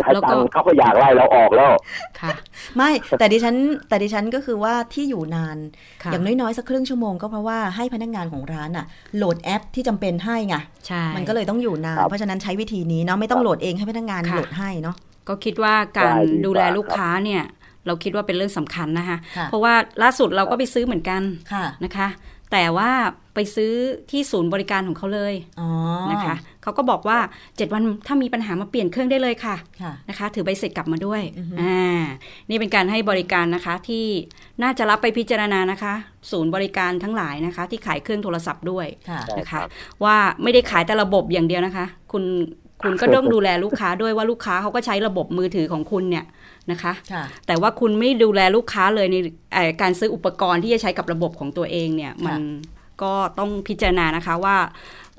Speaker 5: จ่าย
Speaker 3: แล้ว
Speaker 5: ตั
Speaker 3: ก็
Speaker 5: งค์เขาก็อยากไล่เราออกแล้ว
Speaker 3: ค่ะ
Speaker 4: ไม่ แต่ดิฉันแต่ดิฉันก็คือว่าที่อยู่นาน
Speaker 3: ค่ะ
Speaker 4: อย่างน้อยๆ สักครึ่งชั่วโมงก็เพราะว่าให้พนักงานของร้านอะโหลดแอปที่จำเป็นให้ไง
Speaker 3: ใช่
Speaker 4: มันก็เลยต้องอยู่นาน เพราะฉะนั้นใช้วิธีนี้เนาะไม่ต้องโหลดเองให้พนักงาน
Speaker 3: ค่ะ
Speaker 4: โหลดให้เนาะ
Speaker 3: ก็คิดว่าการดูแลลูกค้าเนี่ย เราคิดว่าเป็นเรื่องสำคัญนะคะ
Speaker 4: ค่ะ
Speaker 3: เพราะว่าล่าสุดเราก็ไปซื้อเหมือนกัน
Speaker 4: ค่ะ
Speaker 3: นะคะ แต่ว่าไป ไปซื้อที่ศูนย์บริการของเขาเลย
Speaker 4: อ๋อ
Speaker 3: นะคะเขาก็บอกว่า 7 วันถ้ามีปัญหามาเปลี่ยนเครื่องได้เลยค่ะ
Speaker 4: ค่ะ
Speaker 3: นะคะถือใบเสร็จกลับมาด้วย
Speaker 4: อือฮึ
Speaker 3: อ่านี่เป็นการให้บริการนะคะที่น่าจะรับไปพิจารณานะคะ ศูนย์บริการทั้งหลายนะคะ ที่ขายเครื่องโทรศัพท์ด้วย
Speaker 4: ค่ะ
Speaker 5: ใช่
Speaker 3: นะ
Speaker 5: ครั
Speaker 3: คะ
Speaker 5: บ
Speaker 3: ว่าไม่ได้ขายแต่ระบบอย่างเดียวนะคะ คุณคุณก็ต้องดูแลลูกค้าด้วยว่าลูกค้าเขาก็ใช้ระบบมือถือของคุณเนี่ยนะคะ
Speaker 4: ค่ะ
Speaker 3: แต่ว่าคุณไม่ดูแลลูกค้าเลยในเอ่อการซื้ออุปกรณ์ที่จะใช้กับระบบของตัวเองเนี่ยมันก็ต้องพิจารณานะคะว่า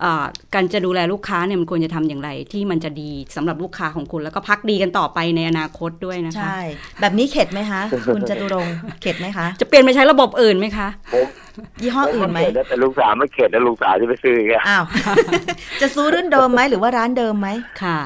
Speaker 3: เอ่อการจะดูแลลูกค้าเนี่ยมันควรจะทำอย่างไร ที่มันจะดีสำหรับลูกค้าของคุณแล้วก็พักดีกันต่อไปในอนาคตด้วยนะคะ
Speaker 4: ใช่ แบบนี้เข็ดไหมคะ คุณจตุรง ค์เข็ดไหมคะ
Speaker 3: จะเปลี่ยนไปใช้ระบบอื่นไหมคะ
Speaker 5: ผม
Speaker 4: ยี่ห้ออื่นไหม
Speaker 5: ผก็เขตแล้วแต่ลูกสาวไม่เข็ดแล้วลูกสาวจะไปซื้ออีกอะ
Speaker 4: อ้าว จะซื้อรุ่นเดิมไหมหรือว่าร้านเดิมไหม
Speaker 3: ค่ะ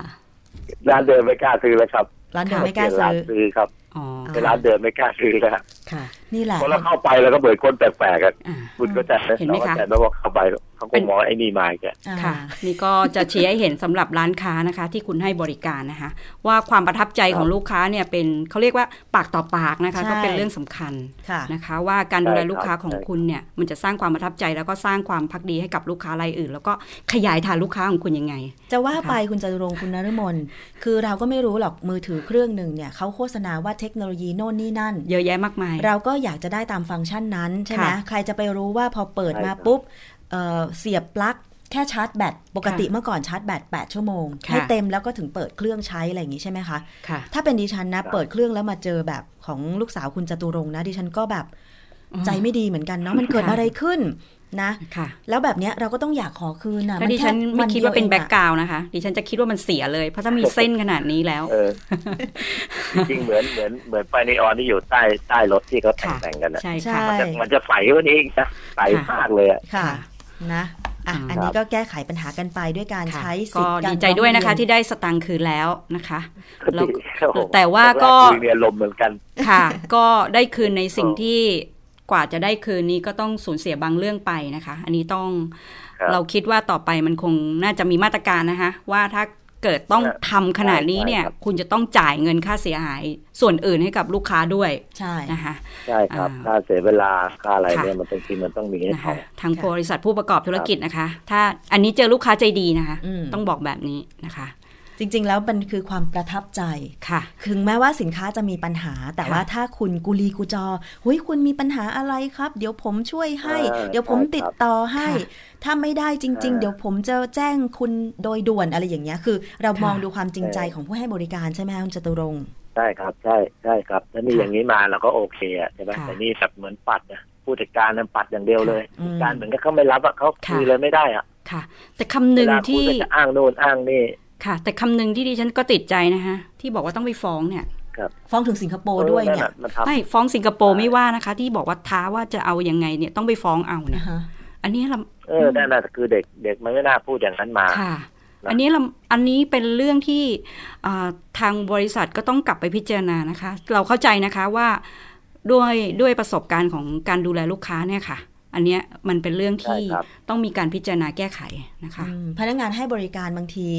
Speaker 5: ร้านเดินไม่กล้าซื้อแล้วครับ
Speaker 4: ร้านเดิม
Speaker 3: ค่ะ
Speaker 4: ไม่กล้า
Speaker 5: เปยน
Speaker 4: ซื้
Speaker 5: ร้า
Speaker 4: อ
Speaker 5: นซื้อครับ
Speaker 3: อ๋อ
Speaker 4: ค่ะ
Speaker 5: เป็นร้านเดินไม่กล้าซื้อแล้ว
Speaker 3: ค่ะ
Speaker 4: นี่แหละ
Speaker 5: เพราะเราเข้าไปแล้วก็เบิดคนแปลกๆอะ
Speaker 3: อ่า
Speaker 5: คุณก็จะ
Speaker 3: เห็นไหมคะ
Speaker 5: แต่เราบอกเข้าไปเขาคงมองไอ้นี่มาอีกอะ
Speaker 3: ค่ะ นี่ก็จะชี้ให้เห็นสำหรับร้านค้านะคะ ที่คุณให้บริการนะคะ ว่าความประทับใจของลูกค้าเนี่ยเป็นเขาเรียกว่าปากต่อปากนะคะ
Speaker 4: ใช่
Speaker 3: ก็เป็นเรื่องสำคัญ
Speaker 4: ค่ะ
Speaker 3: นะคะว่าการดูแล
Speaker 5: ใช่ครับ
Speaker 3: ลูกค้าของ
Speaker 5: ใช่ครับ
Speaker 3: คุณเนี่ยมันจะสร้างความประทับใจแล้วก็สร้างความพักดีให้กับลูกค้ารายอื่น แล้วก็ขยายฐานลูกค้าของคุณยังไง
Speaker 4: จะว่าไปคุณจตุรงค์คุณนฤมลคือเราก็ไม่รู้หรอกมือถือเครื่องหนึ่งเนี่ยเขาโฆษณาว่าเทคโนโลยีโน่นนี่นั่น
Speaker 3: เยอะแยะมากมาย
Speaker 4: เราก็อยากจะได้ตามฟังก์ชันนั้นใช่ไหม
Speaker 3: ค่ะ
Speaker 4: ใครจะไปรู้ว่าพอเปิดมา
Speaker 5: ใช่ครับ
Speaker 4: ปุ๊บเอ่อเสียบปลั๊กแค่ชาร์จแบตปกติ
Speaker 3: ค่ะ
Speaker 4: เมื่อก่อนชาร์จแบต8ชั่วโมง
Speaker 3: ค่ะ
Speaker 4: ให้เต็มแล้วก็ถึงเปิดเครื่องใช้อะไรอย่างนี้ใช่ไหมคะ
Speaker 3: ค่ะ
Speaker 4: ถ้าเป็นดิฉันนะ เปิดเครื่องแล้วมาเจอแบบของลูกสาวคุณจตุรงค์นะดิฉันก็แบบใจไม่ดีเหมือนกันเนาะมันเกิดอะไรขึ้นนะ
Speaker 3: ค่ะ
Speaker 4: แล้วแบบเนี้ยเราก็ต้องอยากขอคืนอ่ะ
Speaker 3: ถ้าดิฉัน
Speaker 4: แ
Speaker 3: ไม่คิดว่าเป็น
Speaker 4: ดี
Speaker 3: แบ็
Speaker 4: ยองอะ
Speaker 3: กกราวนะคะ ดิฉันจะคิดว่ามันเสียเลย เพราะถ้ามีเส้นขนาดนี้แล้ว
Speaker 5: เออ จริงๆเหมือนเหมือนเหมือนไฟนีออนที่อยู่ใต้ใต้รถที่เขาแต่ง
Speaker 3: ค่ะ
Speaker 5: แต่งกันนะ
Speaker 3: ใช่
Speaker 4: ใช่
Speaker 3: ค่ะ
Speaker 5: มันจะมันจะใสกว่านี้อีกนะใสมากเลยอะ
Speaker 4: ค่ะนะอ่ะ
Speaker 3: อืม
Speaker 4: อันนี้ก็แก้ไขปัญหากันไปด้วยการ
Speaker 3: ค่ะ
Speaker 4: ใช้สิ
Speaker 3: ก็
Speaker 4: ทธิ์การ
Speaker 3: ดีใจด้วยนะคะ
Speaker 4: ร้องเรี
Speaker 3: ที่ได้สตังค์คืนแล้วนะคะ แล้ว
Speaker 5: ครับผม
Speaker 3: แต่ว่าก็
Speaker 5: แรๆมีอารมณ์เหมือนกัน
Speaker 3: ค่ะ ก็ได้คืนในสิ่ง
Speaker 5: อ๋อ
Speaker 3: ที่กว่าจะได้คืนนี้ก็ต้องสูญเสียบางเรื่องไปนะคะ อันนี้ต้อง
Speaker 5: ครับ
Speaker 3: เราคิดว่าต่อไปมันคงน่าจะมีมาตรการนะคะ ว่าถ้าเกิดต้อง
Speaker 5: ครับ
Speaker 3: ทำขนาดนี้
Speaker 5: ใช่
Speaker 3: เนี่ย
Speaker 5: ครับ
Speaker 3: คุณจะต้องจ่ายเงินค่าเสียหายส่วนอื่นให้กับลูกค้าด้วย
Speaker 4: ใช่
Speaker 3: นะคะ
Speaker 5: ใช่ครับ
Speaker 3: อ่า
Speaker 5: ค่าเสียเวลา ค่าอะไร
Speaker 3: ค่ะ
Speaker 5: เนี่ยมันต้องทีมันต้องมีให้
Speaker 3: นะ
Speaker 5: เขา
Speaker 3: คะทาง
Speaker 4: ค่ะ
Speaker 3: บริษัทผู้ประกอบธุรกิจนะคะ ถ้าอันนี้เจอลูกค้าใจดีนะคะ
Speaker 4: อืม
Speaker 3: ต้องบอกแบบนี้นะคะ
Speaker 4: จริง ๆ แล้วมันคือความประทับใจ
Speaker 3: ค่ะ
Speaker 4: ถึงแม้ว่าสินค้าจะมีปัญหา แต่
Speaker 3: ค่ะ
Speaker 4: ว่าถ้าคุณกุลีกุจอเฮ้ยคุณมีปัญหาอะไรครับ เดี๋ยวผมช่วยให้
Speaker 5: เออ
Speaker 4: เดี๋ยวผมติดต่อให้
Speaker 3: ใช่ครับ
Speaker 4: ถ้าไม่ได้จริง ๆ
Speaker 5: เออ
Speaker 4: เดี๋ยวผมจะแจ้งคุณโดยด่วนอะไรอย่างเงี้ยคือ เรา
Speaker 3: ค่ะ
Speaker 4: มองดูความจริงใจ
Speaker 5: เออ
Speaker 4: ของผู้ให้บริการใช่ไหมคะคุณจตุรงค์
Speaker 5: ใช่ครับ ใช่ใช่ครับถ้ามี
Speaker 3: ค่ะ
Speaker 5: อย่างนี้มาเราก็โอเคอะใช่ไหม
Speaker 3: ค่ะ
Speaker 5: แต่นี่แบบเหมือนปัดนะผู้จัดการนั้นปัดอย่างเดียวเลย
Speaker 4: อืม
Speaker 5: การเหมือนกับเขาไม่รับอะเขา
Speaker 3: ค่ะ
Speaker 5: คุยเลยไม่ได้อะ
Speaker 3: ค่ะ แต่คำหนึ่ง
Speaker 5: เวลาคุย
Speaker 3: ที่
Speaker 5: ก็จะอ้างโน่นอ้างนี่
Speaker 3: ค่ะ แต่คำหนึ่งที่ดิฉันก็ติดใจนะคะที่บอกว่าต้องไปฟ้องเนี่ย
Speaker 4: ฟ้องถึงสิงคโปร์ด้วยเนี่ย
Speaker 5: ออมันทำ
Speaker 3: ไม่ฟ้องสิงคโปร์
Speaker 5: ใช่
Speaker 3: ไม่ว่านะคะ ที่บอกว่าท้าว่าจะเอายังไงเนี่ยต้องไปฟ้องเอาเนี่ย
Speaker 4: นะคะ
Speaker 3: อันนี้เรา
Speaker 5: เออนั่นน่ะคือเด็กเด็กมันไม่น่าพูดอย่างนั้นมา
Speaker 3: ค่ะ อันนี้เราอันนี้เป็นเรื่องที่อ่าทางบริษัทก็ต้องกลับไปพิจารณานะคะ เราเข้าใจนะคะว่าด้วยด้วยประสบการณ์ของการดูแลลูกค้าเนี่ยค่ะ อันเนี้ยมันเป็นเรื่องที่
Speaker 5: ใช่ครับ
Speaker 3: ต้องมีการพิจารณาแก้ไขนะคะ
Speaker 4: อืมพนักงานให้บริการบางที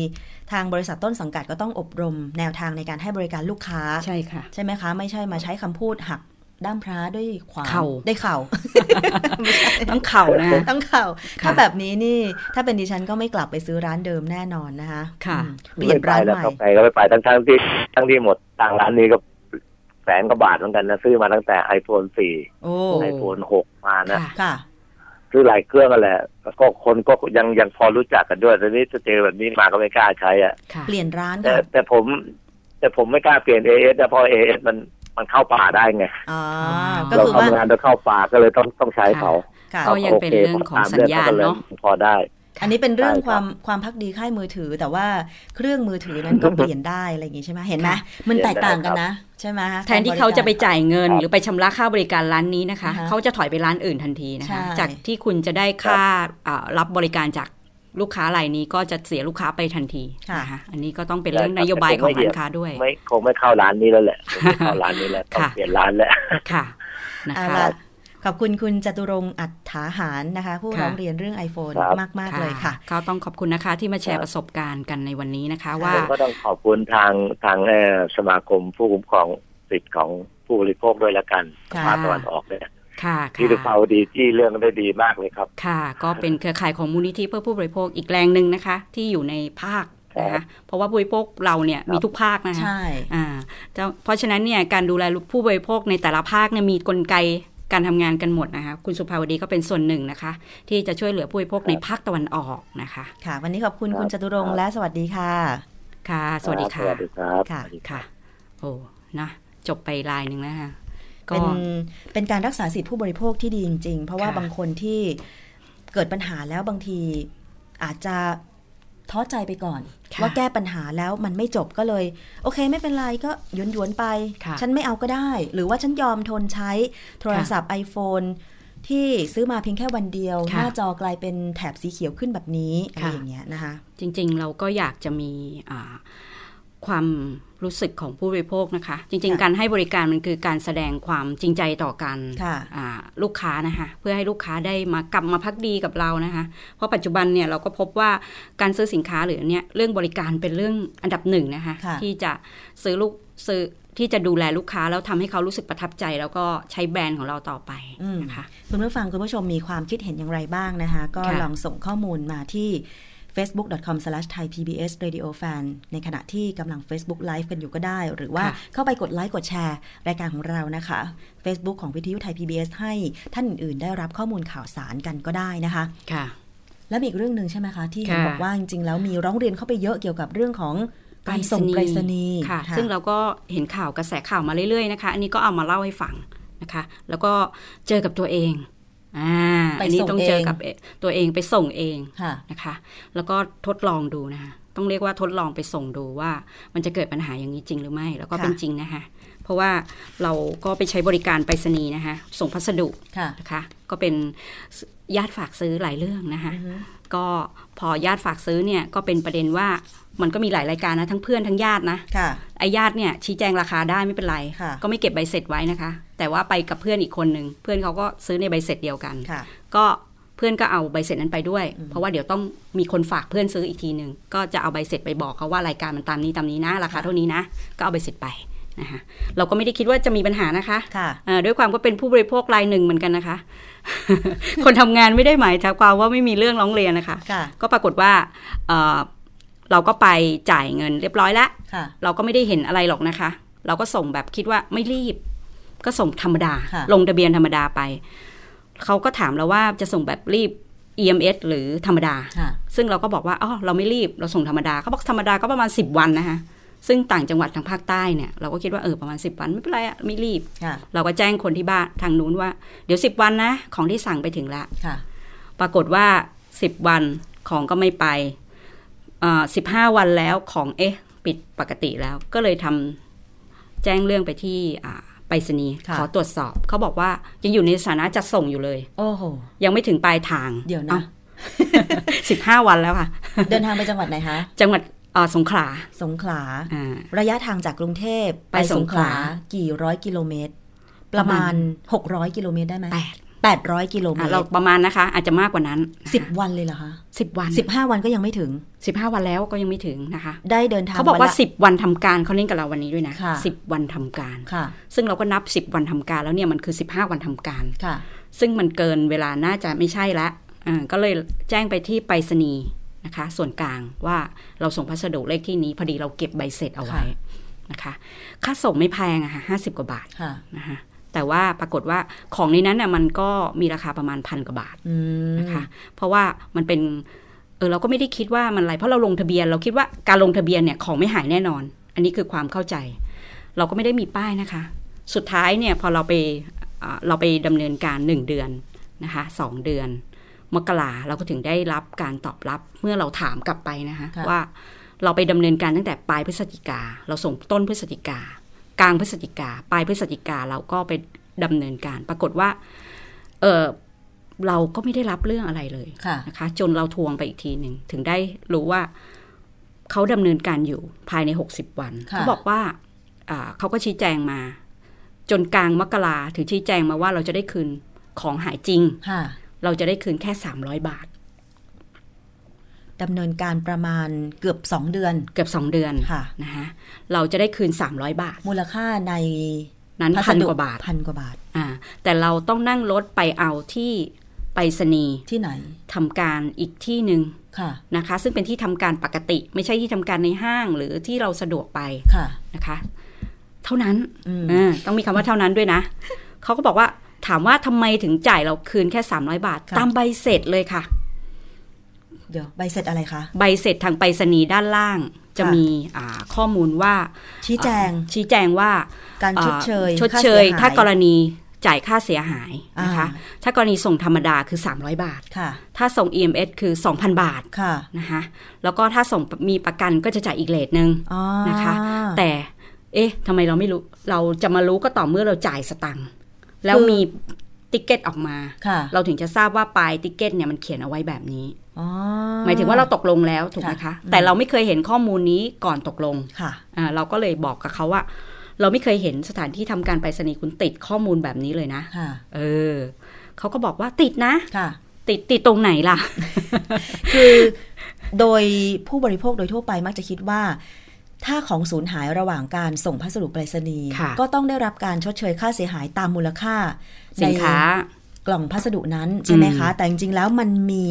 Speaker 4: ทางบริษัทต้นสังกัดก็ต้องอบรม แนวทางในการให้บริการลูกค้า
Speaker 3: ใช่ค่ะ
Speaker 4: ใช่ไหมคะ ไม่ใช่มาใช้คำพูดหักด้ามพร้าด้วยขวาน
Speaker 3: เข่า
Speaker 4: ได้เข่า
Speaker 3: ต้องเข่านะคะ
Speaker 4: ต้องเข่า
Speaker 3: ค่ะ
Speaker 4: ถ้าแบบนี้นี่ ถ้าเป็นดิฉันก็ไม่กลับไปซื้อร้านเดิมแน่นอนนะคะ
Speaker 3: ค่ะ
Speaker 4: อืมเปลี่ยนร้าน
Speaker 5: แล้ว
Speaker 4: ใหม่
Speaker 5: เขาไปก็ไม่ไปทั้งทั้งๆที่ทั้งที่หมดทางร้านนี้ก็แสนกว่าบาทเหมือนกันนะซื้อมาตั้งแต่ iPhone 4
Speaker 4: โอ้
Speaker 3: โอ้
Speaker 5: ไอโฟน6มานะ
Speaker 3: ค่ะ
Speaker 4: ค่ะ
Speaker 5: ซื้อหลายเครื่องกันแหละแล้วก็คนก็ยังยังพอรู้จักกันด้วยแต่นี่จะเจอแบบนี้มาก็ไม่กล้าใช้อ่ะ
Speaker 3: ค่ะ
Speaker 4: เปลี่ยนร้าน
Speaker 5: แต่
Speaker 4: ค่ะ
Speaker 5: แต่ผม แต่ผมไม่กล้าเปลี่ยน AS นะเพราะ AS มันมันเข้าป่าได้ไง
Speaker 4: อ๋อ
Speaker 3: เ
Speaker 4: ก็
Speaker 5: เรา
Speaker 4: คือว่า
Speaker 5: ทำงานโดยเข้าป่าก็เลยต้องต้องใช้เขา
Speaker 4: ค่ะ
Speaker 3: ก็ยังเป็น
Speaker 5: โค
Speaker 3: เรื่องของสัญญาณ
Speaker 5: ตมรื่อง
Speaker 3: เนาะ
Speaker 5: ขก็ลยพอได้
Speaker 4: อันนี้เป็นเรื่อง
Speaker 5: ใช่ครับ
Speaker 4: ความความพักดีค่ายมือถือ แต่ว่าเครื่องมือถือนั้นก็เปลี่ยนได้อะไรอย่างงี้ใช่ไหมเห็นไหมมัน
Speaker 5: เปลี่ยน
Speaker 4: แตกต่าง
Speaker 5: ได้
Speaker 4: กัน
Speaker 5: ครับ
Speaker 4: นะใช่ไหมค
Speaker 3: แทนที่เขาจะไปจ่ายเงิน
Speaker 5: ครับ
Speaker 3: หรือไปชำระค่าบริการร้านนี้นะคะ
Speaker 4: อ่าฮะ
Speaker 3: เขาจะถอยไปร้านอื่นทันทีนะ
Speaker 4: ใช่
Speaker 3: คะ จากที่คุณจะได้ค่าอ่ารับบริการจากลูกค้ารายนี้ก็จะเสียลูกค้าไปทันทีนะคะ อันนี้ก็ต้องเป็นเรื่อง
Speaker 5: ใช่คน รับ
Speaker 3: โยบายของ
Speaker 5: แต่ผมไม่
Speaker 3: ร้านค้าด้วย
Speaker 5: ไม่คงไม่เข้าร้านนี้แล้วแหละผมไม่เข้าร้านนี้แล้วต้อง
Speaker 3: ค่ะ
Speaker 5: เปลี่ยนร้านแล้ว
Speaker 3: ค่ะนะ
Speaker 4: เอา
Speaker 3: คะ
Speaker 4: ละขอบคุณคุณจตุรงค์อัฏฐาหารนะคะ ผู้
Speaker 3: ค่ะ
Speaker 4: ร้องเรียนเรื่อง iPhone
Speaker 5: ครับ
Speaker 4: มาก ๆ เลยค่ะ
Speaker 3: ก็ต้องขอบคุณนะคะที่มาแช
Speaker 5: ครั
Speaker 3: ร์
Speaker 5: บ
Speaker 3: ประสบการณ์กันในวันนี้นะคะ ว่า
Speaker 5: ผมก็ต้องขอบคุณทางทางเอ่อสมาคมผู้คุ้มครองสิทธิ์ของผู้บริโภคด้วยละกัน
Speaker 4: ค่ะ
Speaker 5: ภาคตะวันออกเนี่ย
Speaker 3: ค่ะ
Speaker 5: พี่ดุ
Speaker 3: ค่ะ
Speaker 5: ภาวดีที่เรื่องได้ดีมากเลยครับ
Speaker 3: ค่ะ ก็เป็นเครือข่ายของมูลนิธิเพื่อผู้บริโภคอีกแรงหนึ่งนะคะ ที่อยู่ในภาคนะ
Speaker 5: ครั
Speaker 3: คะ
Speaker 5: บ
Speaker 3: เพราะว่าผู้บริโภคเราเนี่ยมีทุกภาคนะคะ
Speaker 4: ใช่
Speaker 3: อ่าแต่เพราะฉะนั้นเนี่ยการดูแลผู้บริโภคในแต่ละภาคเนี่ยมีกลไกการทำงานกันหมดนะคะคุณสุภาวดีก็เป็นส่วนหนึ่งนะคะ ที่จะช่วยเหลือผู้บริโภคในภาคตะวันออกนะคะ
Speaker 4: ค่ะ วันนี้ขอบคุณ
Speaker 5: ครับ
Speaker 4: คุณจตุรง
Speaker 5: ครั
Speaker 4: ค์
Speaker 5: บ
Speaker 4: และสวัสดีค่ะ
Speaker 3: ค่ะ สวัสดีค่ะ
Speaker 5: สวัสดีครับ
Speaker 4: ค่ะ
Speaker 3: ค่ะ โอ้นะจบไปลายหนึ่งแล้วค่ะก็
Speaker 4: เป็นเป็นการรักษาสิทธิผู้บริโภคที่ดีจริง ๆ เพราะว่า
Speaker 3: ค่ะ
Speaker 4: บางคนที่เกิดปัญหาแล้วบางทีอาจจะท้อใจไปก่อน
Speaker 3: ค่ะ
Speaker 4: ว่าแก้ปัญหาแล้วมันไม่จบก็เลย โอเคไม่เป็นไรก็หยวนหยวนๆไป
Speaker 3: ค่ะ
Speaker 4: ฉันไม่เอาก็ได้ หรือว่าฉันยอมทนใช้โทรศัพท์ iPhone ที่ซื้อมาเพียงแค่วันเดียว
Speaker 3: ค่ะ
Speaker 4: หน้าจอกลายเป็นแถบสีเขียวขึ้นแบบนี้อะไร
Speaker 3: ค่ะ
Speaker 4: อย่างเงี้ยนะคะ
Speaker 3: จริงๆ เราก็อยากจะมีอ่าความรู้สึกของผู้บริโภคนะคะ จริง
Speaker 4: ค่ะ
Speaker 3: ๆ การให้บริการมันคือการแสดงความจริงใจต่อกัน
Speaker 4: ค่ะ
Speaker 3: อ่าลูกค้านะคะเพื่อให้ลูกค้าได้มากลับมาพักดีกับเรานะคะ เพราะปัจจุบันเนี่ยเราก็พบว่าการซื้อสินค้าหรือเนี่ยเรื่องบริการเป็นเรื่องอันดับหนึ่งนะคะ
Speaker 4: ค่ะ
Speaker 3: ที่จะซื้อลูกซื้อที่จะดูแลลูกค้าแล้วทำให้เขารู้สึกประทับใจ แล้วก็ใช้แบรนด์ของเราต่อไปนะคะ
Speaker 4: คุณผู้ฟังคุณผู้ชมมีความคิดเห็นอย่างไรบ้างนะคะ ก็
Speaker 3: ค่ะ
Speaker 4: ลองส่งข้อมูลมาที่ facebook.com/thaipbsradiofan ในขณะที่กำลัง Facebook Live กันอยู่ก็ได้ หรือว่า
Speaker 3: ค่ะ
Speaker 4: เข้าไปกดไลค์กดแชร์ รายการของเรานะคะ Facebook ของวิทยุไทย PBS ให้ท่านอื่นๆ ได้รับข้อมูลข่าวสารกันก็ได้นะคะ
Speaker 3: ค่ะ
Speaker 4: แล้วมีอีกเรื่องหนึ่งใช่ไหมคะ ที่เห็น
Speaker 3: ค่ะ
Speaker 4: บอกว่าจริงๆ แล้วมีร้องเรียนเข้าไปเยอะเกี่ยวกับเรื่องของการส่งไปรษณีย์
Speaker 3: ค่ะ
Speaker 4: ค่ะ
Speaker 3: ซึ่งเราก็เห็นข่าวกระแสข่าวมาเรื่อยๆนะคะ อันนี้ก็เอามาเล่าให้ฟังนะคะ แล้วก็เจอกับตัวเอง อ่า
Speaker 4: ไป
Speaker 3: อันนี้
Speaker 4: ส่ง
Speaker 3: ต้องเจอ
Speaker 4: เอง
Speaker 3: กับตัวเองไปส่งเอง
Speaker 4: ค่ะ
Speaker 3: นะคะ แล้วก็ทดลองดูนะคะ ต้องเรียกว่าทดลองไปส่งดูว่ามันจะเกิดปัญหาอย่างนี้จริงหรือไม่ แล้วก็
Speaker 4: ค่ะ
Speaker 3: เป็นจริงนะคะ เพราะว่าเราก็ไปใช้บริการไปรษณีย์นะคะ ส่งพัสดุ
Speaker 4: ค่ะ
Speaker 3: นะคะก็เป็นญาติฝากซื้อหลายเรื่องนะคะก็พอญาติฝากซื้อเนี่ยก็เป็นประเด็นว่ามันก็มีหลายรายการนะทั้งเพื่อนทั้งญาตินะ
Speaker 4: ค่ะ
Speaker 3: ไอญาติเนี่ยชี้แจงราคาได้ไม่เป็นไร
Speaker 4: ค่ะ
Speaker 3: ก็ไม่เก็บใบเสร็จไว้นะคะ แต่ว่าไปกับเพื่อนอีกคนหนึ่งเพื่อนเขาก็ซื้อในใบเสร็จเดียวกัน
Speaker 4: ค่ะ
Speaker 3: ก็เพื่อนก็เอาใบเสร็จนั้นไปด้วย เพราะว่าเดี๋ยวต้องมีคนฝากเพื่อนซื้ออีกทีหนึ่งก็จะเอาใบเสร็จไปบอกเขาว่ารายการมันตามนี้ตามนี้นะราคาเท่านี้นะก็เอาใบเสร็จไปนะคะเราก็ไม่ได้คิดว่าจะมีปัญหานะคะ
Speaker 4: ค่ะ
Speaker 3: เอ่อด้วยความก็เป็นผู้บริโภครายหนึ่งเหมือนกันนะคะ คนทำงานไม่ได้หมายถึงความว่าไม่มีเรื่องร้องเรียนนะคะ
Speaker 4: ค่ะ
Speaker 3: ก็ปรากฏว่าเอ่อเราก็ไปจ่ายเงินเรียบร้อยแล้ว
Speaker 4: ค่ะ
Speaker 3: เราก็ไม่ได้เห็นอะไรหรอกนะคะ เราก็ส่งแบบคิดว่าไม่รีบ ก็ส่งธรรมดา
Speaker 4: ค่ะ
Speaker 3: ลงทะเบียนธรรมดาไป เขาก็ถามเราว่าจะส่งแบบรีบ EMS หรือธรรมดา
Speaker 4: ค่ะ
Speaker 3: ซึ่งเราก็บอกว่าอ๋อเราไม่รีบ เราส่งธรรมดาเขาบอกธรรมดาก็ประมาณ 10 วันนะคะ ซึ่งต่างจังหวัดทางภาคใต้เนี่ยเราก็คิดว่าเออประมาณ 10 วันไม่เป็นไรอะไม่รีบ
Speaker 4: ค่ะ
Speaker 3: เราก็แจ้งคนที่บ้านทางนู้นว่าเดี๋ยว 10 วันนะ ของที่สั่งไปถึงละ
Speaker 4: ค่ะ
Speaker 3: ปรากฏว่า 10 วันของก็ไม่ไปสิบห้า15 วันแล้วของเอ๊ะ ปิดปกติแล้ว ก็เลยทำแจ้งเรื่องไปที่อ่าไปรษณีย์
Speaker 4: ค่ะ
Speaker 3: ขอตรวจสอบเขาบอกว่ายังอยู่ในสถานะจัดส่งอยู่เลย
Speaker 4: โอ้โห
Speaker 3: ยังไม่ถึงปลายทาง
Speaker 4: เดี๋ยวนะ
Speaker 3: สิบห้า 15 วันแล้วค่ะ
Speaker 4: เดินทางไปจังหวัดไหนคะ
Speaker 3: จังหวัดอ่าสงขลา
Speaker 4: สงขลา
Speaker 3: อ่า
Speaker 4: ระยะทางจากกรุงเทพ
Speaker 3: ไปสงขลา
Speaker 4: กี่ร้อยกิโลเมตร ประมาณ 600 กิโลเมตรได้ไหม
Speaker 3: แปด
Speaker 4: 800 กิโลเม
Speaker 3: อ่า
Speaker 4: ต
Speaker 3: เรา
Speaker 4: ร
Speaker 3: ประมาณนะคะ อาจจะมากกว่านั้น
Speaker 4: สิบวันเลยเหรอคะ
Speaker 3: สิบวัน
Speaker 4: สิบห้าวันก็ยังไม่ถึง
Speaker 3: สิบห้าวันแล้วก็ยังไม่ถึงนะคะ
Speaker 4: ได้เดินทาง
Speaker 3: เขาบอกว่า
Speaker 4: นละ
Speaker 3: 10 วันทำการเขาเล่นกับเราวันนี้ด้วยนะ
Speaker 4: ค่ะ
Speaker 3: สิบวันทำการ
Speaker 4: ค่ะ
Speaker 3: ซึ่งเราก็นับ 10 วันทำการแล้วเนี่ยมันคือ 15 วันทำการ
Speaker 4: ค่ะ
Speaker 3: ซึ่งมันเกินเวลาน่าจะไม่ใช่ละอ่าก็เลยแจ้งไปที่ไปรษณีย์นะคะ ส่วนกลางว่าเราส่งพัสดุเลขที่นี้พอดีเราเก็บใบเสร็จเอาไว้
Speaker 4: ค่ะ
Speaker 3: นะคะ ค่าส่งไม่แพงอะค่ะห้าสิบกว่าบาท
Speaker 4: ค่ะ
Speaker 3: นะคะแต่ว่าปรากฏว่าของในนั้นน่ะมันก็มีราคาประมาณพันกว่าบาท
Speaker 4: อืม
Speaker 3: นะคะเพราะว่ามันเป็นเออเราก็ไม่ได้คิดว่ามันอะไรเพราะเราลงทะเบียน เราคิดว่าการลงทะเบียนเนี่ยของไม่หายแน่นอน อันนี้คือความเข้าใจ เราก็ไม่ได้มีป้ายนะคะ สุดท้ายเนี่ยพอเราไปอ่าเราไปดำเนินการ 1 เดือนนะคะสองเดือน มกราเราก็ถึงได้รับการตอบรับเมื่อเราถามกลับไปนะคะ
Speaker 4: ค่ะ
Speaker 3: ว่าเราไปดำเนินการตั้งแต่ปลายพฤศจิกา เราส่งต้นพฤศจิกา กลางพฤศจิกาปลายพฤศจิกาเราก็ไปดำเนินการ ปรากฏว่าเออเราก็ไม่ได้รับเรื่องอะไรเลย
Speaker 4: ค่ะ
Speaker 3: นะคะ จนเราทวงไปอีกทีหนึ่งถึงได้รู้ว่าเขาดำเนินการอยู่ภายใน 60 วัน
Speaker 4: ค่ะ
Speaker 3: เขาบอกว่าอ่าเขาก็ชี้แจงมา จนกลางมกราถึงชี้แจงมาว่าเราจะได้คืนของหายจริง
Speaker 4: ค่ะ
Speaker 3: เราจะได้คืนแค่ 300 บาท
Speaker 4: ดำเนินการประมาณเกือบ 2 เดือน
Speaker 3: เกือบ 2 เดือน
Speaker 4: ค่ะ
Speaker 3: นะคะเราจะได้คืน 300 บาท
Speaker 4: มูลค่าใน
Speaker 3: นั้น
Speaker 4: พั
Speaker 3: พัน
Speaker 4: ดุ
Speaker 3: กว่าบาท
Speaker 4: พันกว่าบาท
Speaker 3: อ่า แต่เราต้องนั่งรถไปเอาที่ไปรษณีย์
Speaker 4: ที่ไหน
Speaker 3: ทำการอีกที่หนึ่ง
Speaker 4: ค่ะ
Speaker 3: นะคะ ซึ่งเป็นที่ทำการปกติ ไม่ใช่ที่ทำการในห้างหรือที่เราสะดวกไป
Speaker 4: ค่ะ
Speaker 3: นะคะ เท่านั้น
Speaker 4: อืม
Speaker 3: เออต้องมีคำว่าเท่านั้นด้วยนะ เขาก็บอกว่าถามว่าทำไมถึงจ่ายเราคืนแค่ 300 บาท
Speaker 4: ค่ะ
Speaker 3: ตามใบเสร็จเลยค่ะ
Speaker 4: เดี๋ยวใบเสร็จอะไรคะ
Speaker 3: ใบเสร็จทางไปรษณีย์ด้านล่าง จะ
Speaker 4: ค่ะ
Speaker 3: มีอ่าข้อมูลว่า
Speaker 4: ชี้แจง
Speaker 3: เอ่อชี้แจงว่า
Speaker 4: การชดเชย
Speaker 3: อ่าชด
Speaker 4: ค่า
Speaker 3: เชย
Speaker 4: สีห
Speaker 3: ถ้ากรณีจ่ายค่าเสียหาย
Speaker 4: อ่า
Speaker 3: นะคะ ถ้ากรณีส่งธรรมดาคือ 300 บาท
Speaker 4: ค่ะ
Speaker 3: ถ้าส่ง EMS คือ 2,000 บาท
Speaker 4: ค่ะ
Speaker 3: นะคะ แล้วก็ถ้าส่งมีประกันก็จะจ่ายอีกเลทหนึ่ง
Speaker 4: อ๋อ
Speaker 3: นะคะ แต่ เอ๊ะทำไมเราไม่รู้ เราจะมารู้ก็ต่อเมื่อเราจ่ายสตังค์ แล้วมีติ๊กเก็ตออกมา
Speaker 4: ค่ะ
Speaker 3: เราถึงจะทราบว่าปลายติ๊กเก็ตเนี่ยมันเขียนเอาไว้แบบนี้
Speaker 4: อ๋อ
Speaker 3: หมายถึงว่าเราตกลงแล้วถูกไหม
Speaker 4: ค่ะ
Speaker 3: คะ
Speaker 4: อืม
Speaker 3: แต่เราไม่เคยเห็นข้อมูลนี้ก่อนตกลง
Speaker 4: ค่ะ
Speaker 3: อ่าเราก็เลยบอกกับเขาว่า เราไม่เคยเห็นสถานที่ทำการไปรษณีย์คุณติดข้อมูลแบบนี้เลยนะ
Speaker 4: ค่ะ
Speaker 3: เออเขาก็บอกว่าติดนะ
Speaker 4: ค่ะ
Speaker 3: ติดติดตรงไหนล่ะ
Speaker 4: คือโดยผู้บริโภคโดยทั่วไปมักจะคิดว่า ถ้าของสูญหายระหว่างการส่งพัสดุไปรษณีย์
Speaker 3: ค่ะ
Speaker 4: ก็ต้องได้รับการชดเชยค่าเสียหายตามมูลค่า
Speaker 3: สินค้า
Speaker 4: ในกล่องพัสดุนั้นใช่ไหมคะ แต่จริงๆแล้วมันมี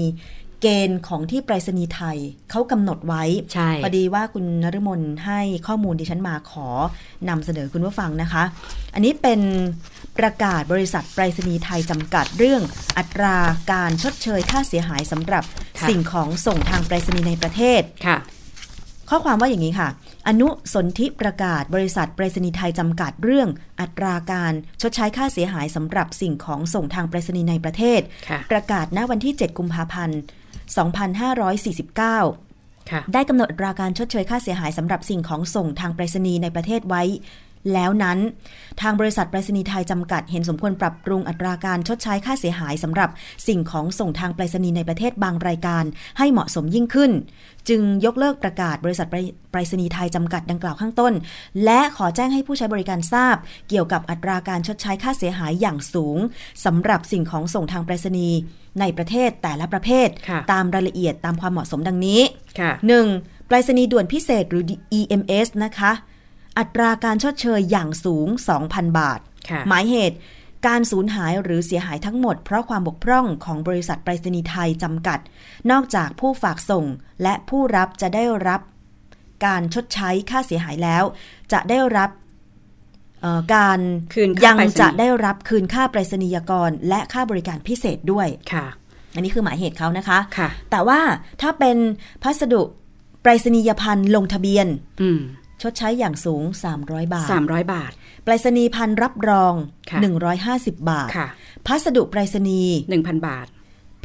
Speaker 4: เกณฑ์ของที่ไปรษณีย์ไทยเขากำหนดไว้
Speaker 3: ใช่
Speaker 4: พอดีว่าคุณนฤมลให้ข้อมูลดิฉันมาขอนำเสนอคุณผู้ฟังนะคะ อันนี้เป็นประกาศบริษัทไปรษณีย์ไทยจำกัดเรื่องอัตราการชดเชยค่าเสียหายสำหรับสิ่งของส่งทางไปรษณีย์ในประเทศ
Speaker 3: ค่ะ
Speaker 4: ข้อความว่าอย่างนี้ค่ะ อนุสนธิประกาศบริษัทไปรษณีย์ไทยจำกัดเรื่อง อัตราการชดใช้ค่าเสียหายสำหรับสิ่งของส่งทางไปรษณีย์ในประเทศ
Speaker 3: ค่ะ
Speaker 4: ประกาศณวันที่ 7 กุมภาพันธ์ 2549
Speaker 3: ค่ะ
Speaker 4: ได้กำหนดอัตราการชดเชยค่าเสียหายสำหรับสิ่งของส่งทางไปรษณีย์ในประเทศไว้ แล้วนั้น ทางบริษัทไปรษณีย์ไทยจำกัดเห็นสมควรปรับปรุงอัตราการชดใช้ค่าเสียหายสำหรับสิ่งของส่งทางไปรษณีย์ในประเทศบางรายการ ให้เหมาะสมยิ่งขึ้น จึงยกเลิกประกาศบริษัทไปรไปรษณีย์ไทยจำกัดดังกล่าวข้างต้น และขอแจ้งให้ผู้ใช้บริการทราบ เกี่ยวกับอัตราการชดใช้ค่าเสียหายอย่างสูงสำหรับสิ่งของส่งทางไปรษณีย์ในประเทศแต่ละประเภท
Speaker 3: ค่ะ
Speaker 4: ตามรายละเอียดตามความเหมาะสมดังนี้
Speaker 3: ค่ะ
Speaker 4: 1. ไปรษณีย์ด่วนพิเศษหรือ EMS นะคะ อัตราการชดเชยอย่างสูง 2,000 บาท
Speaker 3: ค่ะ
Speaker 4: หมายเหตุ การสูญหายหรือเสียหายทั้งหมด เพราะความบกพร่องของบริษัทไปรษณีย์ไทยจำกัด นอกจากผู้ฝากส่งและผู้รับจะได้รับการชดใช้ค่าเสียหายแล้ว จะได้รับเอ่อการ
Speaker 3: คืนค่า
Speaker 4: ยัง
Speaker 3: ไปรษณีย์
Speaker 4: จะได้รับคืนค่าไปรษณียกร และค่าบริการพิเศษด้วย
Speaker 3: ค่ะ
Speaker 4: อันนี้คือหมายเหตุเขานะคะ
Speaker 3: ค่ะ
Speaker 4: แต่ว่าถ้าเป็นพัสดุไปรษณียพันธ์ลงทะเบียน
Speaker 3: อืม
Speaker 4: ชดใช้อย่างสูง 300 บาท
Speaker 3: สามร้อยบาท
Speaker 4: ไปรษณียพันธ์รับรอง
Speaker 3: ค่ะ
Speaker 4: 150 บาท
Speaker 3: ค่ะ
Speaker 4: พัสดุไปรษณีย์
Speaker 3: หนึ่งพันบาท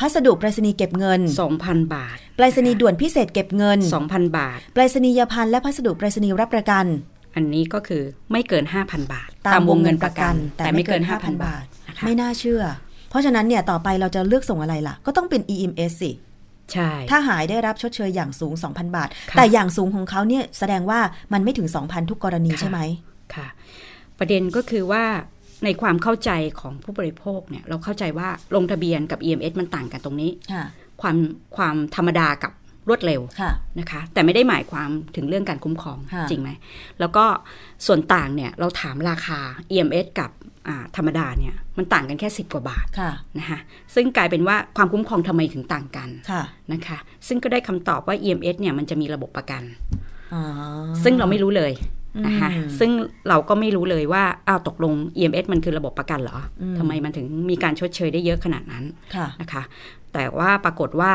Speaker 4: พัสดุไปรษณีย์เก็บเงิน
Speaker 3: สองพันบาท
Speaker 4: ไปรษณีย์ด่วนพิเศษเก็บเงิน
Speaker 3: สองพันบาท
Speaker 4: ไปรษณียพันธ์และพัสดุไปรษณีย์รับประกัน
Speaker 3: อันนี้ก็คือไม่เกินห้าพันบาทแต่ไม่เกินห้าพันบาทนะคะ
Speaker 4: ไม่น่าเชื่อ เพราะฉะนั้นเนี่ยต่อไปเราจะเลือกส่งอะไรล่ะ ก็ต้องเป็น EMS สิ
Speaker 3: ใช่
Speaker 4: ถ้าหายได้รับชดเชยอย่างสูง 2,000 บาท
Speaker 3: ค่ะ
Speaker 4: แต่อย่างสูงของเขาเนี่ยแสดงว่ามันไม่ถึง 2,000 ทุกกรณี
Speaker 3: ค่ะ
Speaker 4: ใช่ไหม
Speaker 3: ค่ะประเด็นก็คือว่าในความเข้าใจของผู้บริโภคเนี่ยเราเข้าใจว่าลงทะเบียนกับ EMS มันต่างกันตรงนี้
Speaker 4: ค่ะ
Speaker 3: ความความธรรมดากับรวดเร็ว
Speaker 4: ค่ะ
Speaker 3: นะคะ แต่ไม่ได้หมายความถึงเรื่องการคุ้มครอง
Speaker 4: ค่ะ
Speaker 3: จริงไหม แล้วก็ส่วนต่างเนี่ยเราถามราคา EMS กับอ่าธรรมดาเนี่ยมันต่างกันแค่ 10 กว่าบาท
Speaker 4: ค่ะ
Speaker 3: นะคะซึ่งกลายเป็นว่าความคุ้มครองทำไมถึงต่างกัน
Speaker 4: ค่ะ
Speaker 3: นะคะซึ่งก็ได้คำตอบว่า EMS เนี่ยมันจะมีระบบประกัน
Speaker 4: อ๋อ
Speaker 3: ซึ่งเราไม่รู้เลยนะคะ
Speaker 4: อืม
Speaker 3: ซึ่งเราก็ไม่รู้เลยว่าอ้าวตกลง EMS มันคือระบบประกันเหรออ
Speaker 4: ม
Speaker 3: ทำไมมันถึงมีการชดเชยได้เยอะขนาดนั้น
Speaker 4: ค่ะ
Speaker 3: นะคะ แต่ว่าปรากฏว่า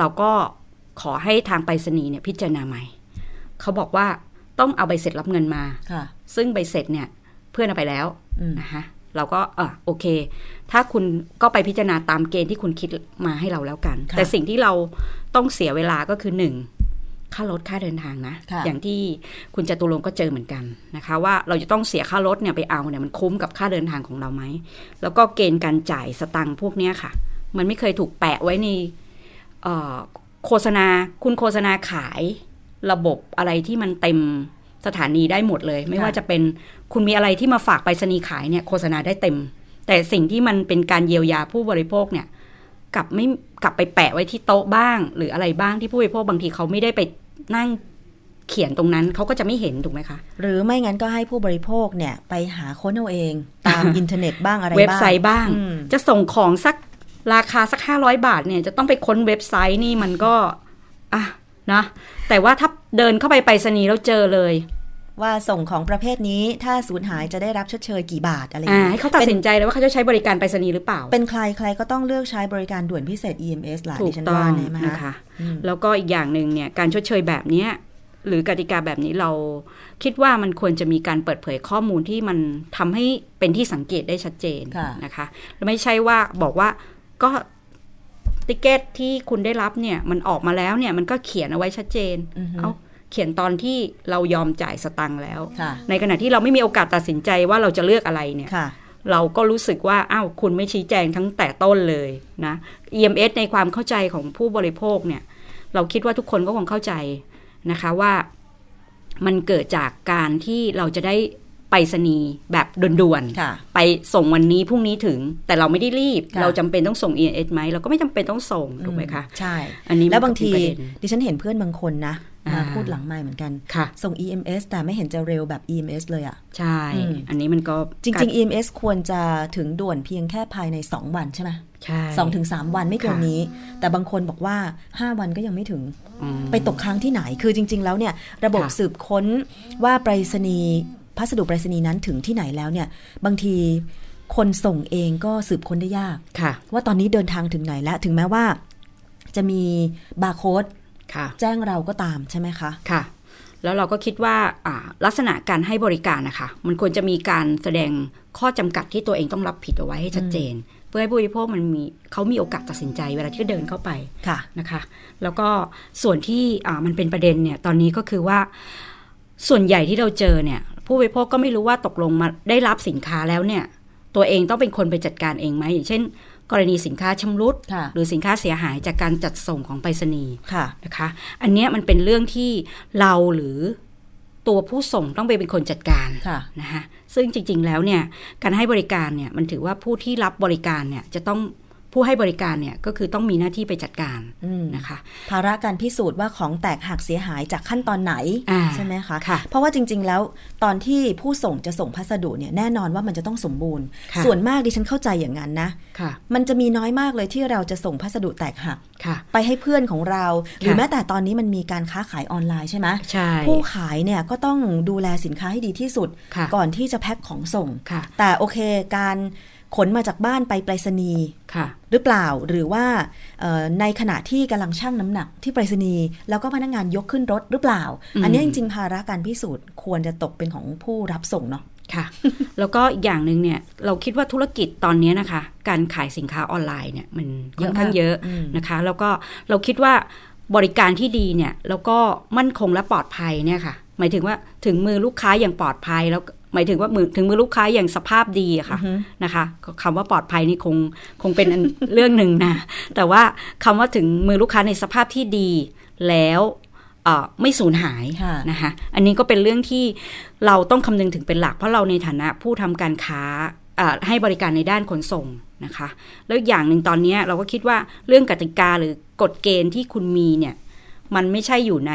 Speaker 3: เราก็ขอให้ทางไปรษณีย์เนี่ยพิจารณาใหม่ เขาบอกว่าต้องเอาใบเสร็จรับเงินมา
Speaker 4: ค่ะ
Speaker 3: ซึ่งใบเสร็จเนี่ยเพื่อนเอาไปแล้ว
Speaker 4: อืม
Speaker 3: นะคะเราก็เออโอเค ถ้าคุณก็ไปพิจารณาตามเกณฑ์ที่คุณคิดมาให้เราแล้วกัน
Speaker 4: ค่ะ
Speaker 3: แต่สิ่งที่เราต้องเสียเวลาก็คือหนึ่งค่ารถค่าเดินทางนะ
Speaker 4: ค่ะ
Speaker 3: อย่างที่คุณจตุรงค์ก็เจอเหมือนกันนะคะ ว่าเราจะต้องเสียค่ารถเนี่ยไปเอาเนี่ยมันคุ้มกับค่าเดินทางของเราไหม แล้วก็เกณฑ์การจ่ายสตังค์พวกเนี้ยค่ะ มันไม่เคยถูกแปะไว้ในเอ่อโฆษณาคุณโฆษณาขายระบบอะไรที่มันเต็มสถานีได้หมดเลย ไม่ว่าจะเป็นคุณมีอะไรที่มาฝากไปรษณีย์ขายเนี่ยโฆษณาได้เต็ม แต่สิ่งที่มันเป็นการเยียวยาผู้บริโภคเนี่ยกลับไม่กลับไปแปะไว้ที่โต๊ะบ้าง หรืออะไรบ้างที่ผู้บริโภคบางทีเขาไม่ได้ไปนั่ง เขียนตรงนั้นเขาก็จะไม่เห็นถูกไหมคะ
Speaker 4: หรือไม่งั้นก็ให้ผู้บริโภคเนี่ยไปหาค้นเอาเอง ตาม อินเทอร์เน็ตบ้างอะไรบ้าง
Speaker 3: เว็บไซต์บ้าง
Speaker 4: อืม
Speaker 3: จะส่งของสักราคาสัก 500 บาทเนี่ยจะต้องไปค้นเว็บไซต์นี่มันก็อ่ะนะแต่ว่าถ้าเดินเข้าไปไปรษณีย์แล้วเจอเลย
Speaker 4: ว่าส่งของประเภทนี้ถ้าสูญหายจะได้รับชดเชยกี่บาทอะไรอย่า
Speaker 3: อ่าง
Speaker 4: เงี้
Speaker 3: ให้
Speaker 4: ย
Speaker 3: เขาตัดสินใจเลยว่าเขาจะใช้บริการไปรษณีย์หรือเปล่า
Speaker 4: เป็นใครใครก็ต้องเลือกใช้บริการด่วนพิเศษ EMS หละ
Speaker 3: ถู
Speaker 4: ดิ
Speaker 3: ก
Speaker 4: ฉัน
Speaker 3: ต้อ
Speaker 4: ว่าง นะ
Speaker 3: นะคะ
Speaker 4: อืม
Speaker 3: แล้วก็อีกอย่างหนึ่งเนี่ยการชดเชยแบบเนี้ยหรือกติกาแบบนี้เราคิดว่ามันควรจะมีการเปิดเผยข้อมูลที่มันทำให้เป็นที่สังเกตได้ชัดเจนนะคะแล้วไม่ใช่ว่าบอกว่าก็ติเกตที่คุณได้รับเนี่ยมันออกมาแล้วเนี่ยมันก็เขียนเอาไว้ชัดเจน
Speaker 4: อือฮึ
Speaker 3: เอาเขียนตอนที่เรายอมจ่ายสตังค์แล้ว
Speaker 4: ค่ะ
Speaker 3: ในขณะที่เราไม่มีโอกาสตัดสินใจว่าเราจะเลือกอะไรเนี่ย
Speaker 4: ค่ะ
Speaker 3: เราก็รู้สึกว่า อ้าว คุณไม่ชี้แจงทั้งแต่ต้นเลยนะ EMS ในความเข้าใจของผู้บริโภคเนี่ย เราคิดว่าทุกคนก็คงเข้าใจนะคะว่ามันเกิดจากการที่เราจะได้ไปรษณีย์แบบด่วน
Speaker 4: ค่ะ
Speaker 3: ๆ ไปส่งวันนี้พรุ่งนี้ถึง แต่เราไม่ได้รีบ
Speaker 4: ค่ะ
Speaker 3: เราจำเป็นต้องส่ง EMS ไหม เราก็ไม่จำเป็นต้องส่ง ถูกไหมคะ
Speaker 4: ใช่
Speaker 3: อันนี้
Speaker 4: แล้วบางที
Speaker 3: มันก็เป็นประเด็น
Speaker 4: ดิฉันเห็นเพื่อนบางคนนะมา
Speaker 3: อ่า
Speaker 4: พูดหลังไม่เหมือนกัน
Speaker 3: ค่ะ
Speaker 4: ส่ง EMS แต่ไม่เห็นจะเร็วแบบ EMS เลยอะ
Speaker 3: ใช่
Speaker 4: อืม
Speaker 3: อันนี้มันก็
Speaker 4: จริง ๆ EMS ควรจะถึงด่วนเพียงแค่ภายใน 2 วันใช่ไหม
Speaker 3: ใช่
Speaker 4: สองถึงสามวันไม่เกินนี้ แต่บางคนบอกว่า 5 วันก็ยังไม่ถึง
Speaker 3: อืม
Speaker 4: ไปตกค้างที่ไหน คือจริง ๆ แล้วเนี่ย ระบบ
Speaker 3: ค่ะ
Speaker 4: สืบค้นว่าไปรษณีย์พัสดุไปรษณีย์นั้นถึงที่ไหนแล้วเนี่ย บางทีคนส่งเองก็สืบค้นได้ยาก
Speaker 3: ค่ะ
Speaker 4: ว่าตอนนี้เดินทางถึงไหนแล้ว ถึงแม้ว่า จะมีบาร์โค้ด
Speaker 3: ค่ะ
Speaker 4: แจ้งเราก็ตามใช่ไหมคะ
Speaker 3: ค่ะ แล้วเราก็คิดว่าอ่าลักษณะการให้บริการนะคะ มันควรจะมีการแสดงข้อจำกัดที่ตัวเองต้องรับผิดเอาไว้ให้ชัดเจน เพื่อให้ผู้บริโภคมันมีเขามีโอกาสตัดสินใจเวลาที่เดินเข้าไป
Speaker 4: ค่ะ
Speaker 3: นะคะ แล้วก็ส่วนที่อ่ามันเป็นประเด็นเนี่ยตอนนี้ก็คือว่า ส่วนใหญ่ที่เราเจอเนี่ย ผู้บริโภคก็ไม่รู้ว่าตกลงมาได้รับสินค้าแล้วเนี่ย ตัวเองต้องเป็นคนไปจัดการเองไหมอย่างเช่น กรณีสินค้าชำรุด
Speaker 4: ค่ะ
Speaker 3: หรือสินค้าเสียหายจากการจัดส่งของไปรษณีย์
Speaker 4: ค่ะ
Speaker 3: นะคะอันเนี้ยมันเป็นเรื่องที่เราหรือตัวผู้ส่งต้องไปเป็นคนจัดการ
Speaker 4: ค่ะ
Speaker 3: นะคะซึ่งจริงๆแล้วเนี่ยการให้บริการเนี่ยมันถือว่าผู้ที่รับบริการเนี่ยจะต้องผู้ให้บริการเนี่ยก็คือต้องมีหน้าที่ไปจัดการ
Speaker 4: อืม
Speaker 3: นะคะ
Speaker 4: ภาระการพิสูจน์ว่าของแตกหักเสียหายจากขั้นตอนไหน
Speaker 3: อ่า
Speaker 4: ใช่ไหมคะ
Speaker 3: ค่ะ
Speaker 4: เพราะว่าจริง ๆ แล้วตอนที่ผู้ส่งจะส่งพัสดุเนี่ยแน่นอนว่ามันจะต้องสมบูรณ์
Speaker 3: ค่ะ
Speaker 4: ส่วนมากดิฉันเข้าใจอย่างนั้นนะ
Speaker 3: ค่ะ
Speaker 4: มันจะมีน้อยมากเลยที่เราจะส่งพัสดุแตกหัก
Speaker 3: ค่ะ
Speaker 4: ไปให้เพื่อนของเรา หรือ
Speaker 3: ค่ะ
Speaker 4: แม้แต่ตอนนี้มันมีการค้าขายออนไลน์ใช่ไหม
Speaker 3: ใช่
Speaker 4: ผู้ขายเนี่ยก็ต้องดูแลสินค้าให้ดีที่สุด
Speaker 3: ค่ะ
Speaker 4: ก่อนที่จะแพ็คของส่ง
Speaker 3: ค่ะ
Speaker 4: แต่โอเคการขนมาจากบ้านไปไปรษณีย์
Speaker 3: ค่ะ
Speaker 4: หรือเปล่าหรือว่าเอ่อในขณะที่กำลังชั่งน้ำหนักที่ไปรษณีย์แล้วก็พนักงานยกขึ้นรถหรือเปล่า
Speaker 3: อืม
Speaker 4: อันเนี้ยจริงๆภาระการพิสูจน์ควรจะตกเป็นของผู้รับส่งเนาะ
Speaker 3: ค่ะ แล้วก็อีกอย่างหนึ่งเนี่ยเราคิดว่าธุรกิจตอนเนี้ยนะคะ การขายสินค้าออนไลน์เนี่ยมันค่อนข้างเยอะ
Speaker 4: เยอะมากอืม
Speaker 3: นะคะ แล้วก็เราคิดว่าบริการที่ดีเนี่ยแล้วก็มั่นคงและปลอดภัยเนี่ยค่ะ หมายถึงว่าถึงมือลูกค้าอย่างปลอดภัยแล้วหมายถึงว่ามือถึงมือลูกค้าอย่างสภาพดีอะค่ะนะคะคำว่าปลอดภัยนี่คงคงเป็นอัน เรื่องหนึ่งนะแต่ว่าคำว่าถึงมือลูกค้าในสภาพที่ดีแล้วเอ่อไม่สูญหาย
Speaker 4: ค่ะ
Speaker 3: นะคะอันนี้ก็เป็นเรื่องที่ เราต้องคำนึงถึงเป็นหลักเพราะเราในฐานะผู้ทำการค้าเอ่อให้บริการในด้านขนส่งนะคะ แล้วอย่างหนึ่งตอนเนี้ยเราก็คิดว่าเรื่องกติกาหรือกฎเกณฑ์ที่คุณมีเนี่ยมันไม่ใช่อยู่ใน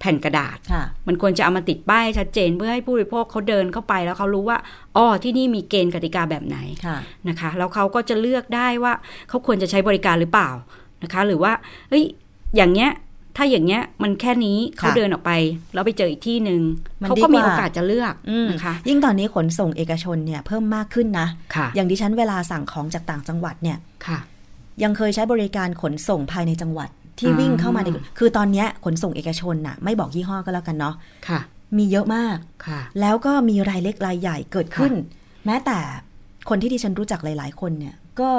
Speaker 3: แผ่นกระดาษ
Speaker 4: ค่ะ
Speaker 3: มันควรจะเอามาติดป้ายให้ชัดเจนเพื่อให้ผู้บริโภคเขาเดินเข้าไปแล้วเขารู้ว่าอ๋อที่นี่มีเกณฑ์กติกาแบบไหน
Speaker 4: ค่ะ
Speaker 3: นะคะแล้วเขาก็จะเลือกได้ว่าเขาควรจะใช้บริการหรือเปล่านะคะหรือว่าเอ้ยอย่างเงี้ยถ้าอย่างเงี้ยมันแค่นี้เขาเดินออกไป แล้วไปเจออีกที่หนึ่ง
Speaker 4: มัน
Speaker 3: เขา
Speaker 4: ดีกว่า
Speaker 3: ก็มีโอกาสจะเลือกนะคะ
Speaker 4: ยิ่งตอนนี้ขนส่งเอกชนเนี่ยเพิ่มมากขึ้นนะ
Speaker 3: ค่ะ
Speaker 4: อย่างดิฉันเวลาสั่งของจากต่างจังหวัดเนี่ย
Speaker 3: ค่ะ
Speaker 4: ยังเคยใช้บริการขนส่งภายในจังหวัดที่
Speaker 3: อ่า
Speaker 4: วิ่งเข้ามาในคือตอนเนี้ยขนส่งเอกชนน่ะไม่บอกยี่ห้อก็แล้วกันเนาะ
Speaker 3: ค่ะ
Speaker 4: มีเยอะมาก
Speaker 3: ค่ะ
Speaker 4: แล้วก็มีรายเล็กรายใหญ่เกิดขึ้น แม้แต่คนที่ดิฉันรู้จักหลาย ๆ คนเนี่ยก็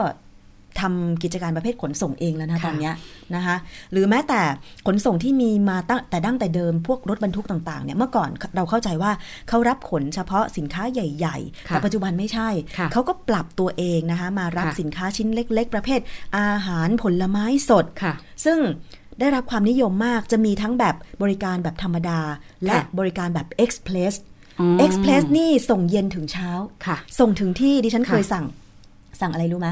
Speaker 4: ทำกิจการประเภทขนส่งเองแล้วนะ
Speaker 3: ค่ะ
Speaker 4: ตอนเนี้ยนะคะหรือแม้แต่ขนส่งที่มีมาตั้งแต่ดั้งแต่เดิมพวกรถบรรทุกต่าง ๆ เนี่ยเมื่อก่อนเราเข้าใจว่าเขารับขนเฉพาะสินค้าใหญ่ ๆ แต่ปัจจุบันไม่ใช่
Speaker 3: ค่ะ
Speaker 4: เขาก็ปรับตัวเองนะคะมารับ
Speaker 3: ค่ะ
Speaker 4: สินค้าชิ้นเล็ก ๆ ประเภท อาหารผลไม้สด
Speaker 3: ค่ะ
Speaker 4: ซึ่งได้รับความนิยมมากจะมีทั้งแบบบริการแบบธรรมดา และบริการแบบ Express
Speaker 3: เอ็
Speaker 4: เอ็กซ์เพรสนี่ส่งเย็นถึงเช้า
Speaker 3: ค่ะ
Speaker 4: ส่งถึงที่ดิฉัน
Speaker 3: ค่ะ
Speaker 4: เคยสั่ง สั่งอะไรรู้ไหม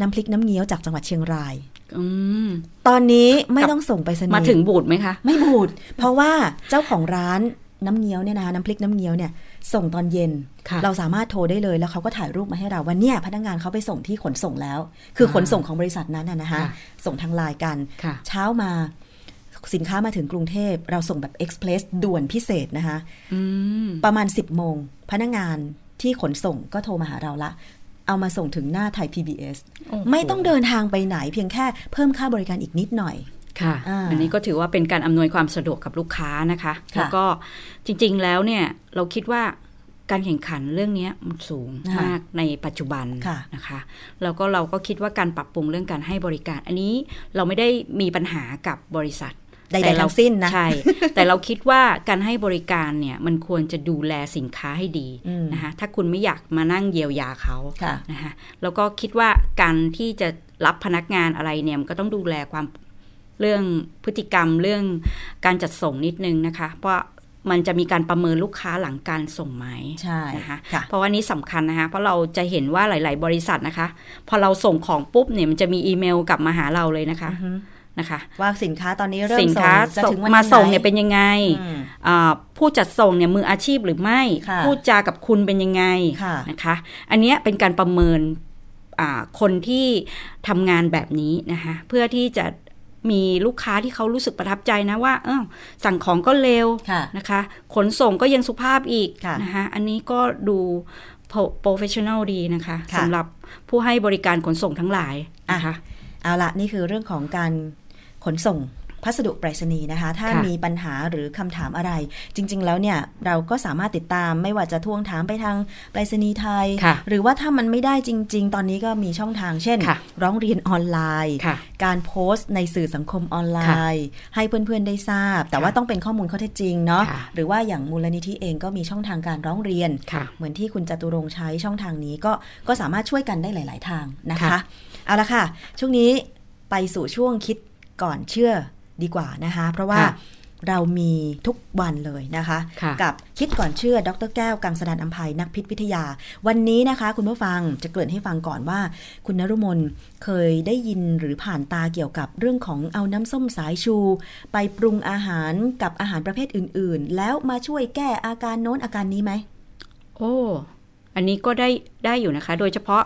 Speaker 4: น้ำพริกน้ำเงี้ยวจากจังหวัดเชียงราย
Speaker 3: อืม
Speaker 4: ตอนนี้ไม่
Speaker 3: กลับ
Speaker 4: ต้องส่งไปสนีย์
Speaker 3: มาถึงบูดไหมคะ
Speaker 4: ไม่บูด เพราะว่าเจ้าของร้านน้ำเงี้ยวเนี่ยนะน้ำพริกน้ำเงี้ยวเนี่ย ส่งตอนเย็น
Speaker 3: ค่ะ
Speaker 4: เราสามารถโทรได้เลยแล้วเขาก็ถ่ายรูปมาให้เราว่าเนี่ยพนักงานเขาไปส่งที่ขนส่งแล้ว คือขนส่งของบริษัทนั้นน่ะนะคะ
Speaker 3: ค่ะ
Speaker 4: ส่งทางไลน์กัน
Speaker 3: ค่ะ
Speaker 4: เช้ามาสินค้ามาถึงกรุงเทพ เราส่งแบบเอ็กซ์เพรสด่วนพิเศษนะคะ
Speaker 3: อืม
Speaker 4: ประมาณ 10 โมง พนักงานที่ขนส่งก็โทรมาหาเราละ เอามาส่งถึงหน้าไทย PBS
Speaker 3: โอ้โห
Speaker 4: ไม่ต้องเดินทางไปไหนเพียงแค่เพิ่มค่าบริการอีกนิดหน่อย
Speaker 3: ค่ะ
Speaker 4: อ่า
Speaker 3: อันนี้ก็ถือว่าเป็นการอำนวยความสะดวกกับลูกค้านะคะ
Speaker 4: ค่ะ
Speaker 3: แล้วก็จริงๆแล้วเนี่ยเราคิดว่าการแข่งขันเรื่องเนี้ยมันสูง
Speaker 4: ค่ะ
Speaker 3: มากในปัจจุบัน
Speaker 4: ค่ะ
Speaker 3: นะคะ แล้วก็เราก็คิดว่าการปรับปรุงเรื่องการให้บริการ อันนี้เราไม่ได้มีปัญหากับบริษัท
Speaker 4: ใด
Speaker 3: แต่
Speaker 4: ๆ
Speaker 3: เรา
Speaker 4: ทั้งสิ้นนะ
Speaker 3: ใช่ แต่เราคิดว่าการให้บริการเนี่ยมันควรจะดูแลสินค้าให้ดี
Speaker 4: อืม
Speaker 3: นะคะ ถ้าคุณไม่อยากมานั่งเยียวยาเขา
Speaker 4: ค่ะ
Speaker 3: นะคะแล้วก็คิดว่าการที่จะรับพนักงานอะไรเนี่ยมันก็ต้องดูแลความเรื่องพฤติกรรมเรื่องการจัดส่งนิดนึงนะคะ เพราะมันจะมีการประเมินลูกค้าหลังการส่งไหม
Speaker 4: ใช่
Speaker 3: นะคะ
Speaker 4: ค่ะ
Speaker 3: เพราะว่านี้สำคัญนะคะเพราะเราจะเห็นว่าหลาย ๆ บริษัทนะคะ พอเราส่งของปุ๊บเนี่ยมันจะมีอีเมลกลับมาหาเราเลยนะคะ
Speaker 4: อือฮึ
Speaker 3: นะคะ
Speaker 4: ว่าสินค้าตอนนี้เริ่ม
Speaker 3: สิน
Speaker 4: ส่ง
Speaker 3: ค้า
Speaker 4: จะ
Speaker 3: ส่ง
Speaker 4: ถึงวัน
Speaker 3: มาส่ง
Speaker 4: ไห
Speaker 3: เนี่ยเป็นยังไง
Speaker 4: อืม
Speaker 3: อ่าผู้จัดส่งเนี่ยมืออาชีพหรือไม่
Speaker 4: ค่ะ
Speaker 3: พูดจากับคุณเป็นยังไง
Speaker 4: ค่ะ
Speaker 3: นะคะ อันเนี้ยเป็นการประเมินอ่าคนที่ทำงานแบบนี้นะคะเพื่อที่จะมีลูกค้าที่เขารู้สึกประทับใจนะว่าเออสั่งของก็เร็ว
Speaker 4: ค่ะ
Speaker 3: นะคะ ขนส่งก็ยังสุภาพอีก
Speaker 4: ค่ะ
Speaker 3: นะคะอันนี้ก็ดูโปรเฟชชั่นอลดีนะคะ
Speaker 4: ค่ะ
Speaker 3: สำหรับผู้ให้บริการขนส่งทั้งหลายนะคะ
Speaker 4: เอาละนี่คือเรื่องของการขนส่งพัสดุไปรษณีย์นะคะ ถ้า
Speaker 3: ค่ะ
Speaker 4: มีปัญหาหรือคำถามอะไร จริง ๆ แล้วเนี่ย เราก็สามารถติดตามไม่ว่าจะทวงถามไปทางไปรษณีย์ไทย
Speaker 3: ค่ะ
Speaker 4: หรือว่าถ้ามันไม่ได้จริง ๆ ตอนนี้ก็มีช่องทางเช่น
Speaker 3: ค่ะ
Speaker 4: ร้องเรียนออนไลน์
Speaker 3: ค่ะ
Speaker 4: การโพสต์ในสื่อสังคมออนไลน์ ให้เพื่อนๆได้ทราบ แต่ว่าต้องเป็นข้อมูลข้อเท็จจริงเนาะ
Speaker 3: ค่ะ
Speaker 4: หรือว่าอย่างมูลนิธิเองก็มีช่องทางการร้องเรียน
Speaker 3: ค่ะ
Speaker 4: เหมือนที่คุณจตุรงค์ใช้ช่องทางนี้ก็ก็สามารถช่วยกันได้หลาย ๆ ทางนะคะ
Speaker 3: ค่ะ
Speaker 4: เอาละค่ะ ช่วงนี้ไปสู่ช่วงคิดก่อนเชื่อดีกว่านะคะ เพราะว่า
Speaker 3: ค่ะ
Speaker 4: เรามีทุกวันเลยนะคะ
Speaker 3: ค่ะ
Speaker 4: กับคิดก่อนเชื่อ ดรแก้วกังสดานอัมภัยนักพิษวิทยา วันนี้นะคะ คุณผู้ฟังจะเกริ่นให้ฟังก่อนว่า คุณนรุมนเคยได้ยินหรือผ่านตาเกี่ยวกับเรื่องของเอาน้ำส้มสายชู ไปปรุงอาหารกับอาหารประเภทอื่น ๆ แล้วมาช่วยแก้อาการโน้นอาการนี้ไหม
Speaker 3: โอ้อันนี้ก็ได้ได้อยู่นะคะ โดยเฉพาะ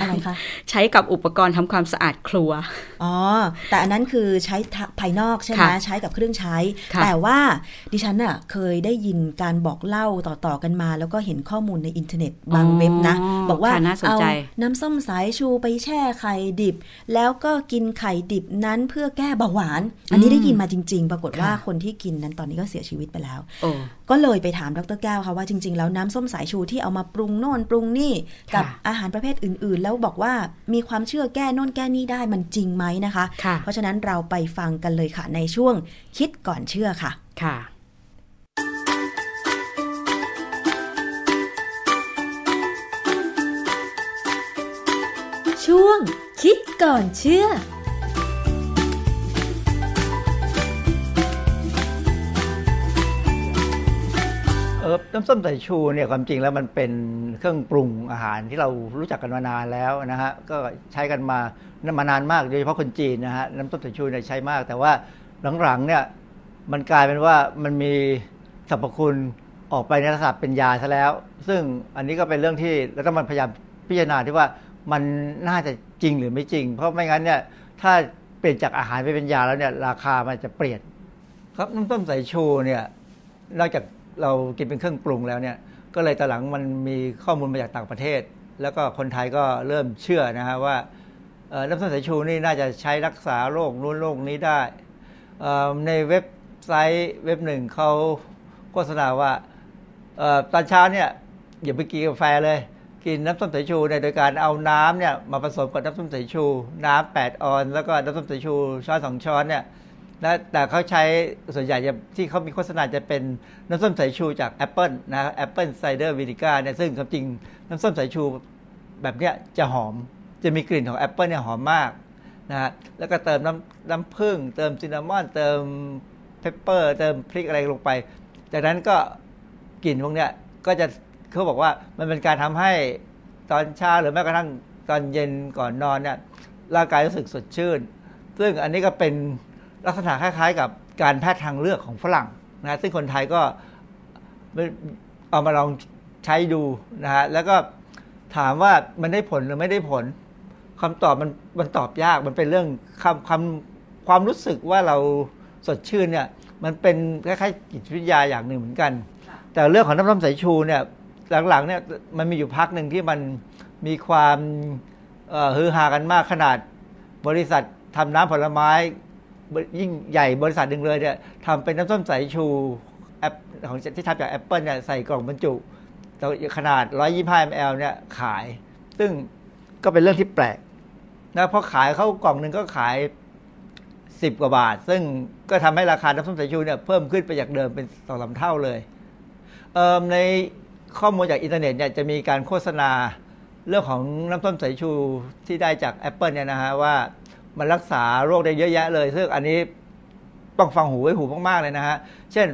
Speaker 4: อะไรคะ
Speaker 3: ใช้กับอุปกรณ์ทำความสะอาดครัว
Speaker 4: อ๋อ แต่อันนั้นคือใช้ทะภายนอกใช่ไหม
Speaker 3: ค่ะ
Speaker 4: ใช้กับเครื่องใช้
Speaker 3: ค่ะ
Speaker 4: แต่ว่าดิฉันน่ะเคยได้ยินการบอกเล่าต่อๆกันมา แล้วก็เห็นข้อมูลในอินเทอร์เน็ตบาง
Speaker 3: อ๋อ
Speaker 4: เว็บนะ บอกว่า
Speaker 3: ค่ะน่าสน
Speaker 4: เอา
Speaker 3: ใจ
Speaker 4: น้ำส้มสายชูไปแช่ไข่ดิบ แล้วก็กินไข่ดิบนั้นเพื่อแก้เบาหวาน อันนี้ได้ยินมาจริง ๆ ปรากฏว่าคนที่กินนั้นตอนนี้ก็เสียชีวิตไปแล้ว
Speaker 3: โอ้
Speaker 4: ก็เลยไปถามดรแก้วค่ะว่าจริง ๆ แล้วน้ำส้มสายชูที่เอามาปรุงโน่นปรุงนี่กับ
Speaker 3: ค่ะ
Speaker 4: อาหารประเภทอื่น ๆ แล้วบอกว่ามีความเชื่อแก้โน่นแก้นี่ได้มันจริงไหมนะคะ
Speaker 3: ค่ะ
Speaker 4: เพราะฉะนั้นเราไปฟังกันเลยค่ะในช่วงคิดก่อนเชื่อค่ะ
Speaker 3: ค่ะ
Speaker 6: ช่วงคิดก่อนเชื่อ
Speaker 7: เออน้ำส้มสายชูเนี่ยความจริงแล้วมันเป็นเครื่องปรุงอาหารที่เรารู้จักกันมานานแล้วนะฮะก็ใช้กันมามานานมากโดยเฉพาะคนจีนนะฮะน้ำส้มสายชูเนี่ยใช้มาก แต่ว่าหลังๆเนี่ยมันกลายเป็นว่ามันมีสรรพคุณออกไปในลักษณะเป็นยาซะแล้ว ซึ่งอันนี้ก็เป็นเรื่องที่เราต้องมาพยายามพิจารณาที่ว่ามันน่าจะจริงหรือไม่จริง เพราะไม่งั้นเนี่ยถ้าเปลี่ยนจากอาหารไปเป็นยาแล้วเนี่ยราคามันจะเปลี่ยน ครับน้ำส้มสายชูเนี่ยนอกจากเรากินเป็นเครื่องปรุงแล้วเนี่ยก็เลยตอนหลังมันมีข้อมูลมาจากต่างประเทศ แล้วก็คนไทยก็เริ่มเชื่อนะฮะว่าเอ่อน้ำส้มสายชูนี่น่าจะใช้รักษาโรคนู้นโรคนี้ได้เอ่อในเว็บไซต์เว็บหนึ่งเขาโฆษณาว่าเอ่อตอนเช้าเนี่ยอย่าไปกินกาแฟเลย กินน้ำส้มสายชูเนี่ยโดยการเอาน้ำเนี่ยมาผสมกับน้ำส้มสายชู น้ำแปดออนซ์แล้วก็น้ำส้มสายชูช้อนสองช้อนเนี่ย และแต่เขาใช้ส่วนใหญ่จะที่เขามีโฆษณาจะเป็นน้ำส้มสายชูจากแอปเปิลนะแอปเปิลไซเดอร์วินิก้าเนี่ยซึ่งความจริงน้ำส้มสายชูแบบเนี้ยจะหอมจะมีกลิ่นของแอปเปิลเนี่ยหอมมากนะฮะแล้วก็เติมน้ำน้ำผึ้งเติมซินนามอน เติมเพปเปอร์ เติมพริกอะไรลงไป จากนั้นก็กลิ่นพวกเนี้ยก็จะเขาบอกว่ามันเป็นการทำให้ตอนเช้าหรือแม้กระทั่งตอนเย็นก่อนนอนเนี่ย ร่างกายรู้สึกสดชื่น ซึ่งอันนี้ก็เป็นลักษณะคล้าย ๆ กับการแพทย์ทางเลือกของฝรั่งนะซึ่งคนไทยก็เอามาลองใช้ดูนะฮะแล้วก็ถามว่ามันได้ผลหรือไม่ได้ผลคำตอบมันมันตอบยากมันเป็นเรื่องคำคำความรู้สึกว่าเราสดชื่นเนี่ยมันเป็นคล้ายๆจิตวิทยาอย่างหนึ่งเหมือนกัน แต่เรื่องของน้ำส้มสายชูเนี่ยหลังๆเนี่ยมันมีอยู่พักหนึ่งที่มันมีความเอ่อฮือฮากันมากขนาดบริษัททำน้ำผลไม้บยิ่งใหญ่บริษัทหนึ่งเลยเนี่ยทำเป็นน้ำส้มสายชูแอปของที่ทำจากแอปเปิลเนี่ยใส่กล่องบรรจุแต่ขนาด 125 ml เนี่ยขาย ซึ่งก็เป็นเรื่องที่แปลกนะเพราะขายเข้ากล่องหนึ่งก็ขาย 10 กว่าบาท ซึ่งก็ทำให้ราคาน้ำส้มสายชูเนี่ยเพิ่มขึ้นไปจากเดิมเป็นสองสามเท่าเลย เอิ่มในข้อมูลจากอินเทอร์เน็ตเนี่ยจะมีการโฆษณาเรื่องของน้ำส้มสายชูที่ได้จาก Apple เนี่ยนะฮะว่ามันรักษาโรคได้เยอะแยะเลย ซึ่งอันนี้ต้องฟังหูไว้หูมาก ๆ เลยนะฮะ เช่น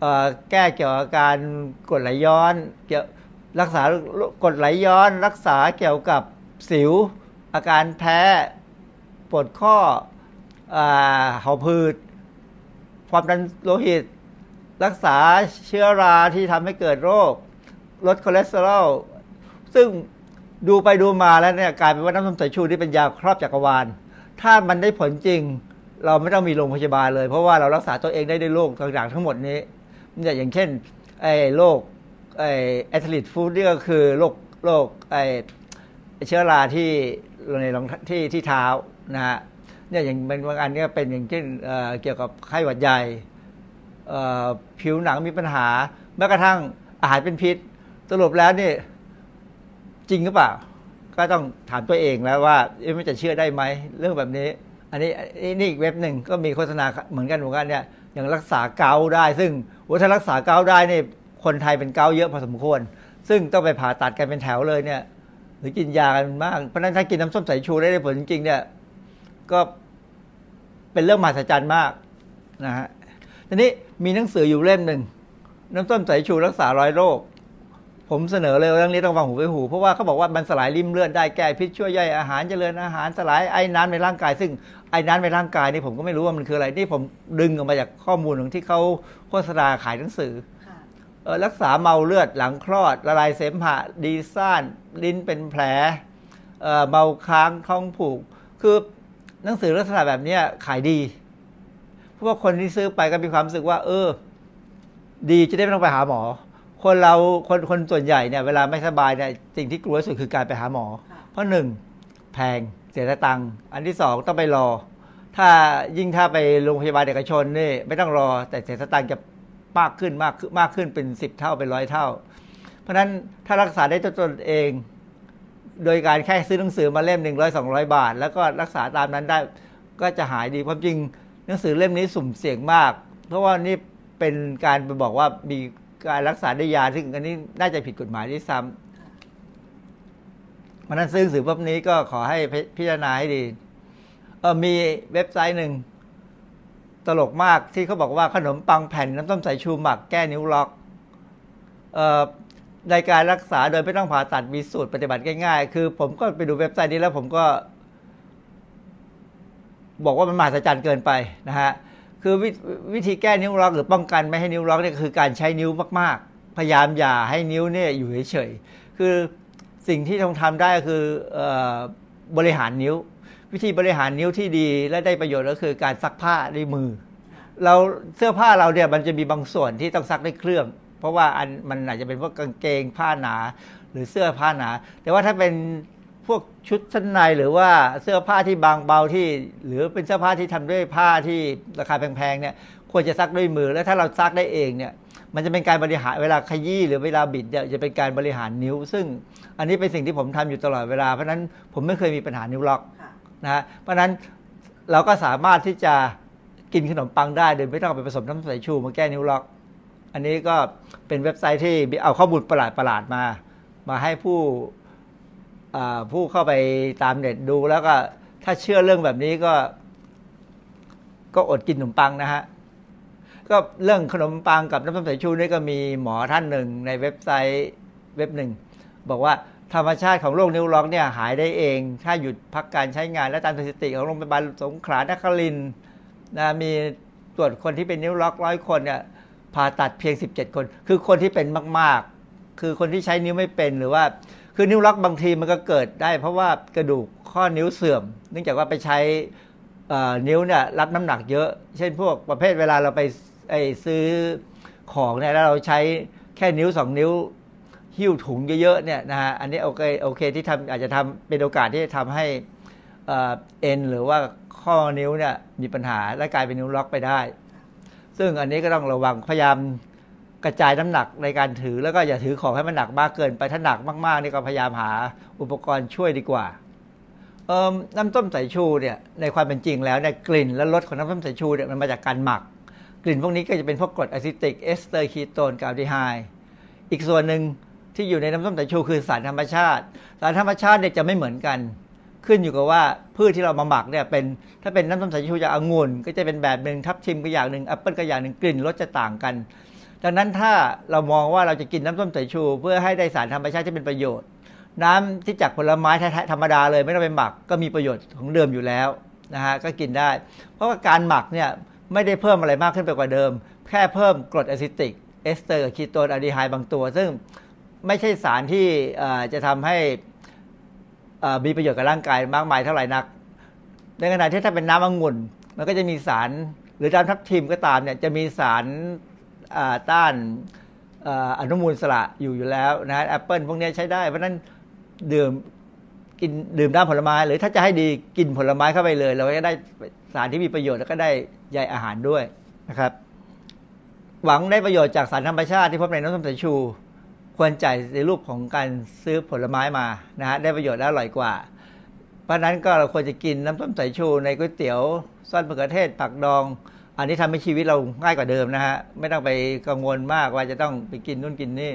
Speaker 7: เอ่อแก้เกี่ยวกับการกดไหลย้อนเกี่ยวรักษากดไหลย้อน รักษาเกี่ยวกับสิว อาการแพ้ปวดข้ออ่าหอบหืด ความดันโลหิต รักษาเชื้อราที่ทำให้เกิดโรค ลดคอเลสเตอรอล ซึ่งดูไปดูมาแล้วเนี่ยกลายเป็นว่าน้ำส้มสายชูที่เป็นยาครอบจักรวาล ถ้ามันได้ผลจริง เราไม่ต้องมีโรงพยาบาลเลย เพราะว่าเรารักษาตัวเองได้ด้วยโรคต่างๆทั้งหมดนี้เนี่ยอย่างเช่นไอ้โรคไอ้แอทลิตฟูดนี่ก็คือโรคโรคไอ้เชื้อราที่ในรองที่ที่เท้านะฮะเนี่ยอย่างบางอันเนี่ยเป็นอย่างเช่นเอ่อเกี่ยวกับไข้หวัดใหญ่ เอ่อผิวหนังมีปัญหาแม้กระทั่งอาหารเป็นพิษ สรุปแล้วนี่จริงหรือเปล่า ก็ต้องถามตัวเองแล้วว่าเอ๊ะมันจะเชื่อได้ไหมเรื่องแบบนี้ อันนี้นี่นี่อีกเว็บหนึ่งก็มีโฆษณาเหมือนกันเหมือนกันเนี่ยอย่างรักษาเกาต์ได้ ซึ่งโอ้ถ้ารักษาเกาต์ได้นี่คนไทยเป็นเกาต์เยอะพอสมควร ซึ่งต้องไปผ่าตัดกันเป็นแถวเลยเนี่ย หรือกินยากันมากเพราะฉะนั้นถ้ากินน้ำส้มสายชูได้ผลจริงๆเนี่ยก็เป็นเรื่องมหัศจรรย์มากนะฮะ ทีนี้มีหนังสืออยู่เล่มหนึ่งน้ำส้มสายชูรักษาร้อยโรค ผมเสนอเลยว่าเรื่องนี้ต้องฟังหูไว้หู เพราะว่าเขาบอกว่ามันสลายริมเลือดได้แก้พิษช่วยย่อยอาหารเจริญอาหารสลายไอ้น้ำในร่างกาย ซึ่งไอ้น้ำในร่างกายนี่ผมก็ไม่รู้ว่ามันคืออะไรนี่ผมดึงออกมาจากข้อมูลของที่เขาโฆษณาขายหนังสือ
Speaker 4: ค่ะ
Speaker 7: เอ่อรักษาเมาเลือดหลังคลอด ละลายเสมหะ ดีซ่าน ลิ้นเป็นแผลเอ่อเมาค้างท้องผูก คือหนังสือลักษณะแบบเนี้ยขายดี เพราะว่าคนที่ซื้อไปก็มีความรู้สึกว่า เออ ดีจะได้ไม่ต้องไปหาหมอ คนเราคนคนส่วนใหญ่เนี่ยเวลาไม่สบายเนี่ยสิ่งที่กลัวที่สุดคือการไปหาหมอ เพราะหนึ่งแพงเสียตังค์อันที่สองต้องไปรอ ถ้ายิ่งถ้าไปโรงพยาบาลเอกชนนี่ไม่ต้องรอ แต่เสียตังค์จะ มากขึ้นมากขึ้นมากขึ้นเป็นสิบเท่าเป็นร้อยเท่า เพราะฉะนั้นถ้ารักษาได้ด้วยตนเอง โดยการแค่ซื้อหนังสือมาเล่มหนึ่งร้อยสองร้อยบาท แล้วก็รักษาตามนั้นได้ก็จะหายดีความจริงหนังสือเล่มนี้สุ่มเสี่ยงมาก เพราะว่านี่เป็นการไปบอกว่ามีการรักษาด้วยยาซึ่งอันนี้น่าจะผิดกฎหมายด้วยซ้ำเพราะฉะนั้นซื้อหนังสือพวกนี้ก็ขอให้พิพิจารณาให้ดีเออมีเว็บไซต์หนึ่ง ตลกมากที่เขาบอกว่าขนมปังแผ่นน้ำส้มสายชูหมักแก้นิ้วล็อกเอ่อในการรักษาโดยไม่ต้องผ่าตัดมีสูตรปฏิบัติง่ายๆ คือผมก็ไปดูเว็บไซต์นี้แล้วผมก็ บอกว่ามันมหัศจรรย์เกินไปนะฮะ คือววิธีแก้นิ้วล็อกหรือป้องกันไม่ให้นิ้วล็อกเนี่ยคือการใช้นิ้วมาก ๆ พยายามอย่าให้นิ้วเนี่ยอยู่เฉยๆ คือสิ่งที่ต้องทำได้ก็คือเออบริหารนิ้ว วิธีบริหารนิ้วที่ดีและได้ประโยชน์ก็คือการซักผ้าด้วยมือ เราเสื้อผ้าเราเนี่ยมันจะมีบางส่วนที่ต้องซักด้วยเครื่อง เพราะว่าอันมันอาจจะเป็นพวกกางเกงผ้าหนา หรือเสื้อผ้าหนา แต่ว่าถ้าเป็นพวกชุดชั้นในหรือว่าเสื้อผ้าที่บางเบาที่ หรือเป็นเสื้อผ้าที่ทำด้วยผ้าที่ราคาแพงๆเนี่ยควรจะซักด้วยมือ แล้วถ้าเราซักได้เองเนี่ยมันจะเป็นการบริหารเวลาขยี้หรือเวลาบิดเนี่ยจะเป็นการบริหารนิ้ว ซึ่งอันนี้เป็นสิ่งที่ผมทำอยู่ตลอดเวลาเพราะฉะนั้นผมไม่เคยมีปัญหานิ้วล็อก
Speaker 4: ค่ะ
Speaker 7: นะฮะเพราะฉะนั้นเราก็สามารถที่จะกินขนมปังได้โดยไม่ต้องเอาไปผสมน้ำสายชูมาแก้นิ้วล็อก อันนี้ก็เป็นเว็บไซต์ที่เอาข้อมูลประหลาดประหลาดๆมา มาให้ผู้อ่าผู้เข้าไปตามเน็ตดู แล้วก็ถ้าเชื่อเรื่องแบบนี้ก็ ก็อดกินขนมปังนะฮะ ก็เรื่องขนมปังกับน้ำส้มสายชูนี่ก็มีหมอท่านหนึ่งในเว็บไซต์เว็บหนึ่ง บอกว่า ธรรมชาติของโรคนิ้วล็อกเนี่ยหายได้เอง ถ้าหยุดพักการใช้งานและตามสถิติของโรงพยาบาลสงขลานครินทร์นะมีตรวจคนที่เป็นนิ้วล็อกร้อยคนเนี่ยผ่าตัดเพียง 17 คน คือคนที่เป็นมาก ๆ คือคนที่ใช้นิ้วไม่เป็นหรือว่า คือนิ้วล็อกบางทีมันก็เกิดได้ เพราะว่ากระดูกข้อนิ้วเสื่อม เนื่องจากว่าไปใช้เอ่อนิ้วเนี่ยรับน้ำหนักเยอะ เช่นพวกประเภทเวลาเราไปไอ้ซื้อของเนี่ยแล้วเราใช้แค่นิ้วสองนิ้ว หิ้วถุงเยอะๆเนี่ยนะฮะอันนี้โอเคโอเคที่ทำอาจจะทำเป็นโอกาสที่จะทำให้เอ่อเอ็นหรือว่าข้อนิ้วเนี่ยมีปัญหาและกลายเป็นนิ้วล็อกไปได้ ซึ่งอันนี้ก็ต้องระวังพยายามกระจายน้ำหนักในการถือแล้วก็อย่าถือของให้มันหนักมากเกินไปถ้าหนักมากๆนี่ก็พยายามหาอุปกรณ์ช่วยดีกว่าเอิ่มน้ำส้มสายชูเนี่ยในความเป็นจริงแล้วเนี่ยกลิ่นและรสของน้ำส้มสายชูเนี่ยมันมาจากการหมัก กลิ่นพวกนี้ก็จะเป็นพวกกรดอะซิติกเอสเตอร์คีโตนกาลดีไฮด์ อีกส่วนหนึ่งที่อยู่ในน้ำส้มสายชูคือสารธรรมชาติ สารธรรมชาติเนี่ยจะไม่เหมือนกัน ขึ้นอยู่กับว่าพืชที่เรามาหมักเนี่ยเป็นถ้าเป็นน้ำส้มสายชูจากองุ่นก็จะเป็นแบบหนึ่งทับทิมก็อย่างหนึ่งแอปเปิลก็อย่างหนึ่งกลิ่นรสจะต่างกัน ดังนั้นถ้าเรามองว่าเราจะกินน้ำส้มสายชู เพื่อให้ได้สารธรรมชาติที่เป็นประโยชน์ น้ำที่จากผลไม้แท้ๆธรรมดาเลยไม่ต้องไปหมักก็มีประโยชน์ของเดิมอยู่แล้วนะฮะก็กินได้ เพราะว่าการหมักเนี่ยไม่ได้เพิ่มอะไรมากขึ้นไปกว่าเดิม แค่เพิ่มกรดอะซิติกเอสเตอร์คีโตนอะดีไฮด์บางตัว ซึ่งไม่ใช่สารที่เอ่อจะทำให้เอ่อมีประโยชน์กับร่างกายมากมายเท่าไหร่นัก ในขณะที่ถ้าเป็นน้ำองุ่น มันก็จะมีสารหรือน้ำทับทิมก็ตามเนี่ยจะมีสารอ่าต้านเอ่ออนุมูลอิสระอยู่อยู่แล้วนะแอปเปิลพวกเนี้ยใช้ได้ เพราะฉะนั้นดื่ม กินดื่มน้ำผลไม้ หรือถ้าจะให้ดีกินผลไม้เข้าไปเลย เราก็จะได้สารที่มีประโยชน์แล้วก็ได้ใยอาหารด้วยนะครับ หวังได้ประโยชน์จากสารธรรมชาติที่พบในน้ำส้มสายชู ควรจ่ายในรูปของการซื้อผลไม้มานะฮะได้ประโยชน์และอร่อยกว่า เพราะฉะนั้นก็เราควรจะกินน้ำส้มสายชูในก๋วยเตี๋ยวซ่อนมะเขือเทศผักดอง อันนี้ทำให้ชีวิตเราง่ายกว่าเดิมนะฮะไม่ต้องไปกังวลมากว่าจะต้องไปกินนู่นกินนี่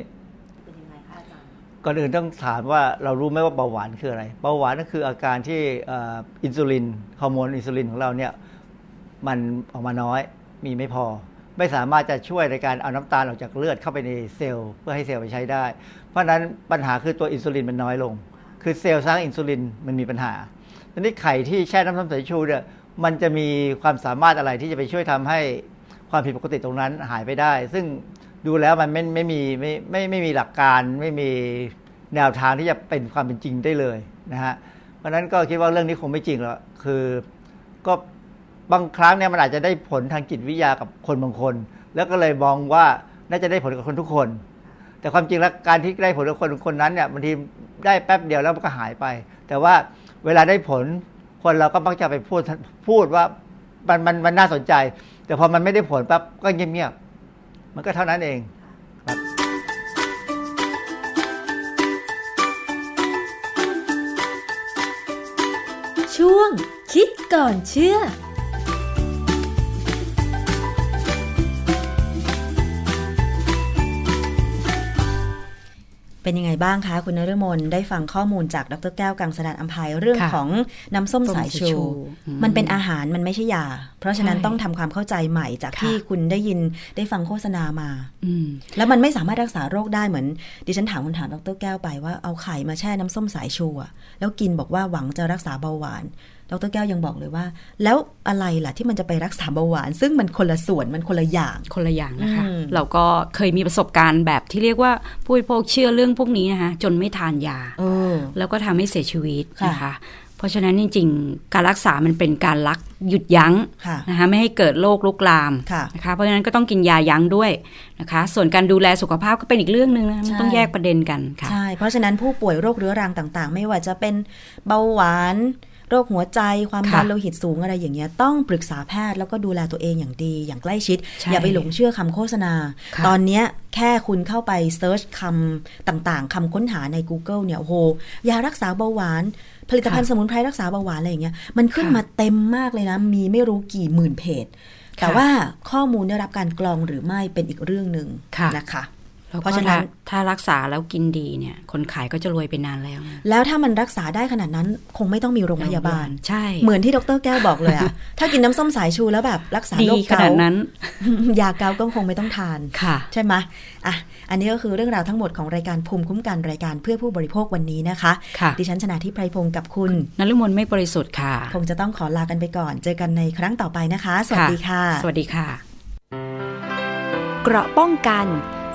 Speaker 7: ก่อนอื่นต้องถามว่าเรารู้ไหมว่าเบาหวานคืออะไร เบาหวานก็คืออาการที่เอ่ออินซูลินฮอร์โมนอินซูลินของเราเนี่ยมันออกมาน้อยมีไม่พอ ไม่สามารถจะช่วยในการเอาน้ำตาลออกจากเลือดเข้าไปในเซลล์เพื่อให้เซลล์ไปใช้ได้ เพราะฉะนั้นปัญหาคือตัวอินซูลินมันน้อยลง คือเซลล์สร้างอินซูลินมันมีปัญหาทีนี้ไข่ที่แช่น้ำส้มสายชูเนี่ยมันจะมีความสามารถอะไรที่จะไปช่วยทำให้ ความผิดปกติตรงนั้นหายไปได้ ซึ่งดูแล้วมันไม่ไม่มีไม่ไม่ไม่มีหลักการไม่มีแนวทางที่จะเป็นความเป็นจริงได้เลยนะฮะเพราะฉะนั้นก็คิดว่าเรื่องนี้คงไม่จริงหรอกคือก็บางครั้งเนี่ยมันอาจจะได้ผลทางจิตวิทยากับคนบางคน แล้วก็เลยมองว่าน่าจะได้ผลกับคนทุกคน แต่ความจริงแล้วการที่ได้ผลกับคนคนนั้นเนี่ยบางทีได้แป๊บเดียวแล้วมันก็หายไป แต่ว่าเวลาได้ผลคนเราก็มักจะไปพูดพูดว่ามันมันมันน่าสนใจ แต่พอมันไม่ได้ผลปั๊บก็เงียบๆมันก็เท่านั้นเอง
Speaker 6: ช่วงคิดก่อนเชื่อ
Speaker 4: เป็นยังไงบ้างคะ คุณนฤมลได้ฟังข้อมูลจากดรแก้วกังสดานอัมภัยเรื่อง
Speaker 3: ค่ะ
Speaker 4: ของน้ำส้มสายชู
Speaker 3: ส้มสายชูอืม
Speaker 4: มันเป็นอาหารมันไม่ใช่ยา เพราะฉะนั้น
Speaker 3: ใช่
Speaker 4: ต้องทำความเข้าใจใหม่จาก
Speaker 3: ค่ะ
Speaker 4: ที่คุณได้ยินได้ฟังโฆษณามา
Speaker 3: อืม
Speaker 4: แล้วมันไม่สามารถรักษาโรคได้เหมือน ดิฉันถามคำถามดรแก้วไปว่าเอาไข่มาแช่น้ำส้มสายชูอะแล้วกินบอกว่าหวังจะรักษาเบาหวาน ดรแก้วยังบอกเลยว่า แล้วอะไรล่ะที่มันจะไปรักษาเบาหวาน ซึ่งมันคนละส่วนมันคนละอย่าง
Speaker 3: คนละอย่างนะคะ
Speaker 4: อืม
Speaker 3: เราก็เคยมีประสบการณ์แบบที่เรียกว่าผู้บริโภคเชื่อเรื่องพวกนี้นะคะ จนไม่ทานยา
Speaker 4: เออ
Speaker 3: แล้วก็ทำให้เสียชีวิต
Speaker 4: ค่ะ
Speaker 3: นะคะ เพราะฉะนั้นจริงๆ การรักษามันเป็นการรักหยุดยั้ง
Speaker 4: ค่ะ
Speaker 3: นะคะไม่ให้เกิดโรคลุกลาม
Speaker 4: ค่ะ
Speaker 3: นะคะ เพราะฉะนั้นก็ต้องกินยายั้งด้วยนะคะ ส่วนการดูแลสุขภาพก็เป็นอีกเรื่องหนึ่งนะคะมันต้อง
Speaker 4: ใช่
Speaker 3: แยกประเด็นกันค่ะ
Speaker 4: ใช่ เพราะฉะนั้นผู้ป่วยโรคเรื้อรังต่างๆ ไม่ว่าจะเป็นเบาหวาน โรคหัวใจความดัน
Speaker 3: ค่ะ
Speaker 4: โลหิตสูงอะไรอย่างเงี้ยต้องปรึกษาแพทย์แล้วก็ดูแลตัวเองอย่างดีอย่างใกล้ชิด
Speaker 3: ใช่
Speaker 4: อย่าไปหลงเชื่อคำโฆษณา
Speaker 3: ค่ะ
Speaker 4: ตอนเนี้ยแค่คุณเข้าไปเซิร์ชคำต่างๆคำค้นหาใน Google เนี่ยโอ้โหยารักษาเบาหวาน ผลิตภัณฑ์สมุนไพรรักษาเบาหวานอะไรอย่างเงี้ยมันขึ้นมาเต็มมากเลยนะ มีไม่รู้กี่หมื่นเพจ แต่ว่าข้อมูลได้รับการกรองหรือไม่เป็นอีกเรื่องหนึ่ง
Speaker 3: ค่ะ
Speaker 4: นะคะ
Speaker 3: แล้ว
Speaker 4: เพ
Speaker 3: ก็
Speaker 4: ราะฉะ
Speaker 3: ถ้า
Speaker 4: นั้น
Speaker 3: ถ้ารักษาแล้วกินดีเนี่ย คนขายก็จะรวยไปนานแล้วนะ
Speaker 4: แล้วถ้ามันรักษาได้ขนาดนั้นคงไม่ต้องมีโรงพยาบาล
Speaker 3: ใช่
Speaker 4: เหมือนที่ดรแก้วบอกเลยอะ ถ้ากินน้ำส้มสายชูแล้วแบบรักษา
Speaker 3: ดี
Speaker 4: โรค
Speaker 3: ข
Speaker 4: เกา
Speaker 3: นาดนั้น
Speaker 4: ยาเกาก็คงไม่ต้องทาน
Speaker 3: ค่ะ
Speaker 4: ใช่ไหมอ่ะ อันนี้ก็คือเรื่องราวทั้งหมดของรายการภูมิคุ้มกันรายการเพื่อผู้บริโภควันนี้นะคะ
Speaker 3: ค่ะ
Speaker 4: ดิฉันชนะทิพไพรพงศ์กับคุณ
Speaker 3: นฤมลไม่บริสุทธิ์ค่ะ
Speaker 4: คงจะต้องขอลากันไปก่อน เจอกันในครั้งต่อไปนะคะ สวัสดีค่ะ
Speaker 3: สวัสดีค่ะ
Speaker 1: เกราะป้องกัน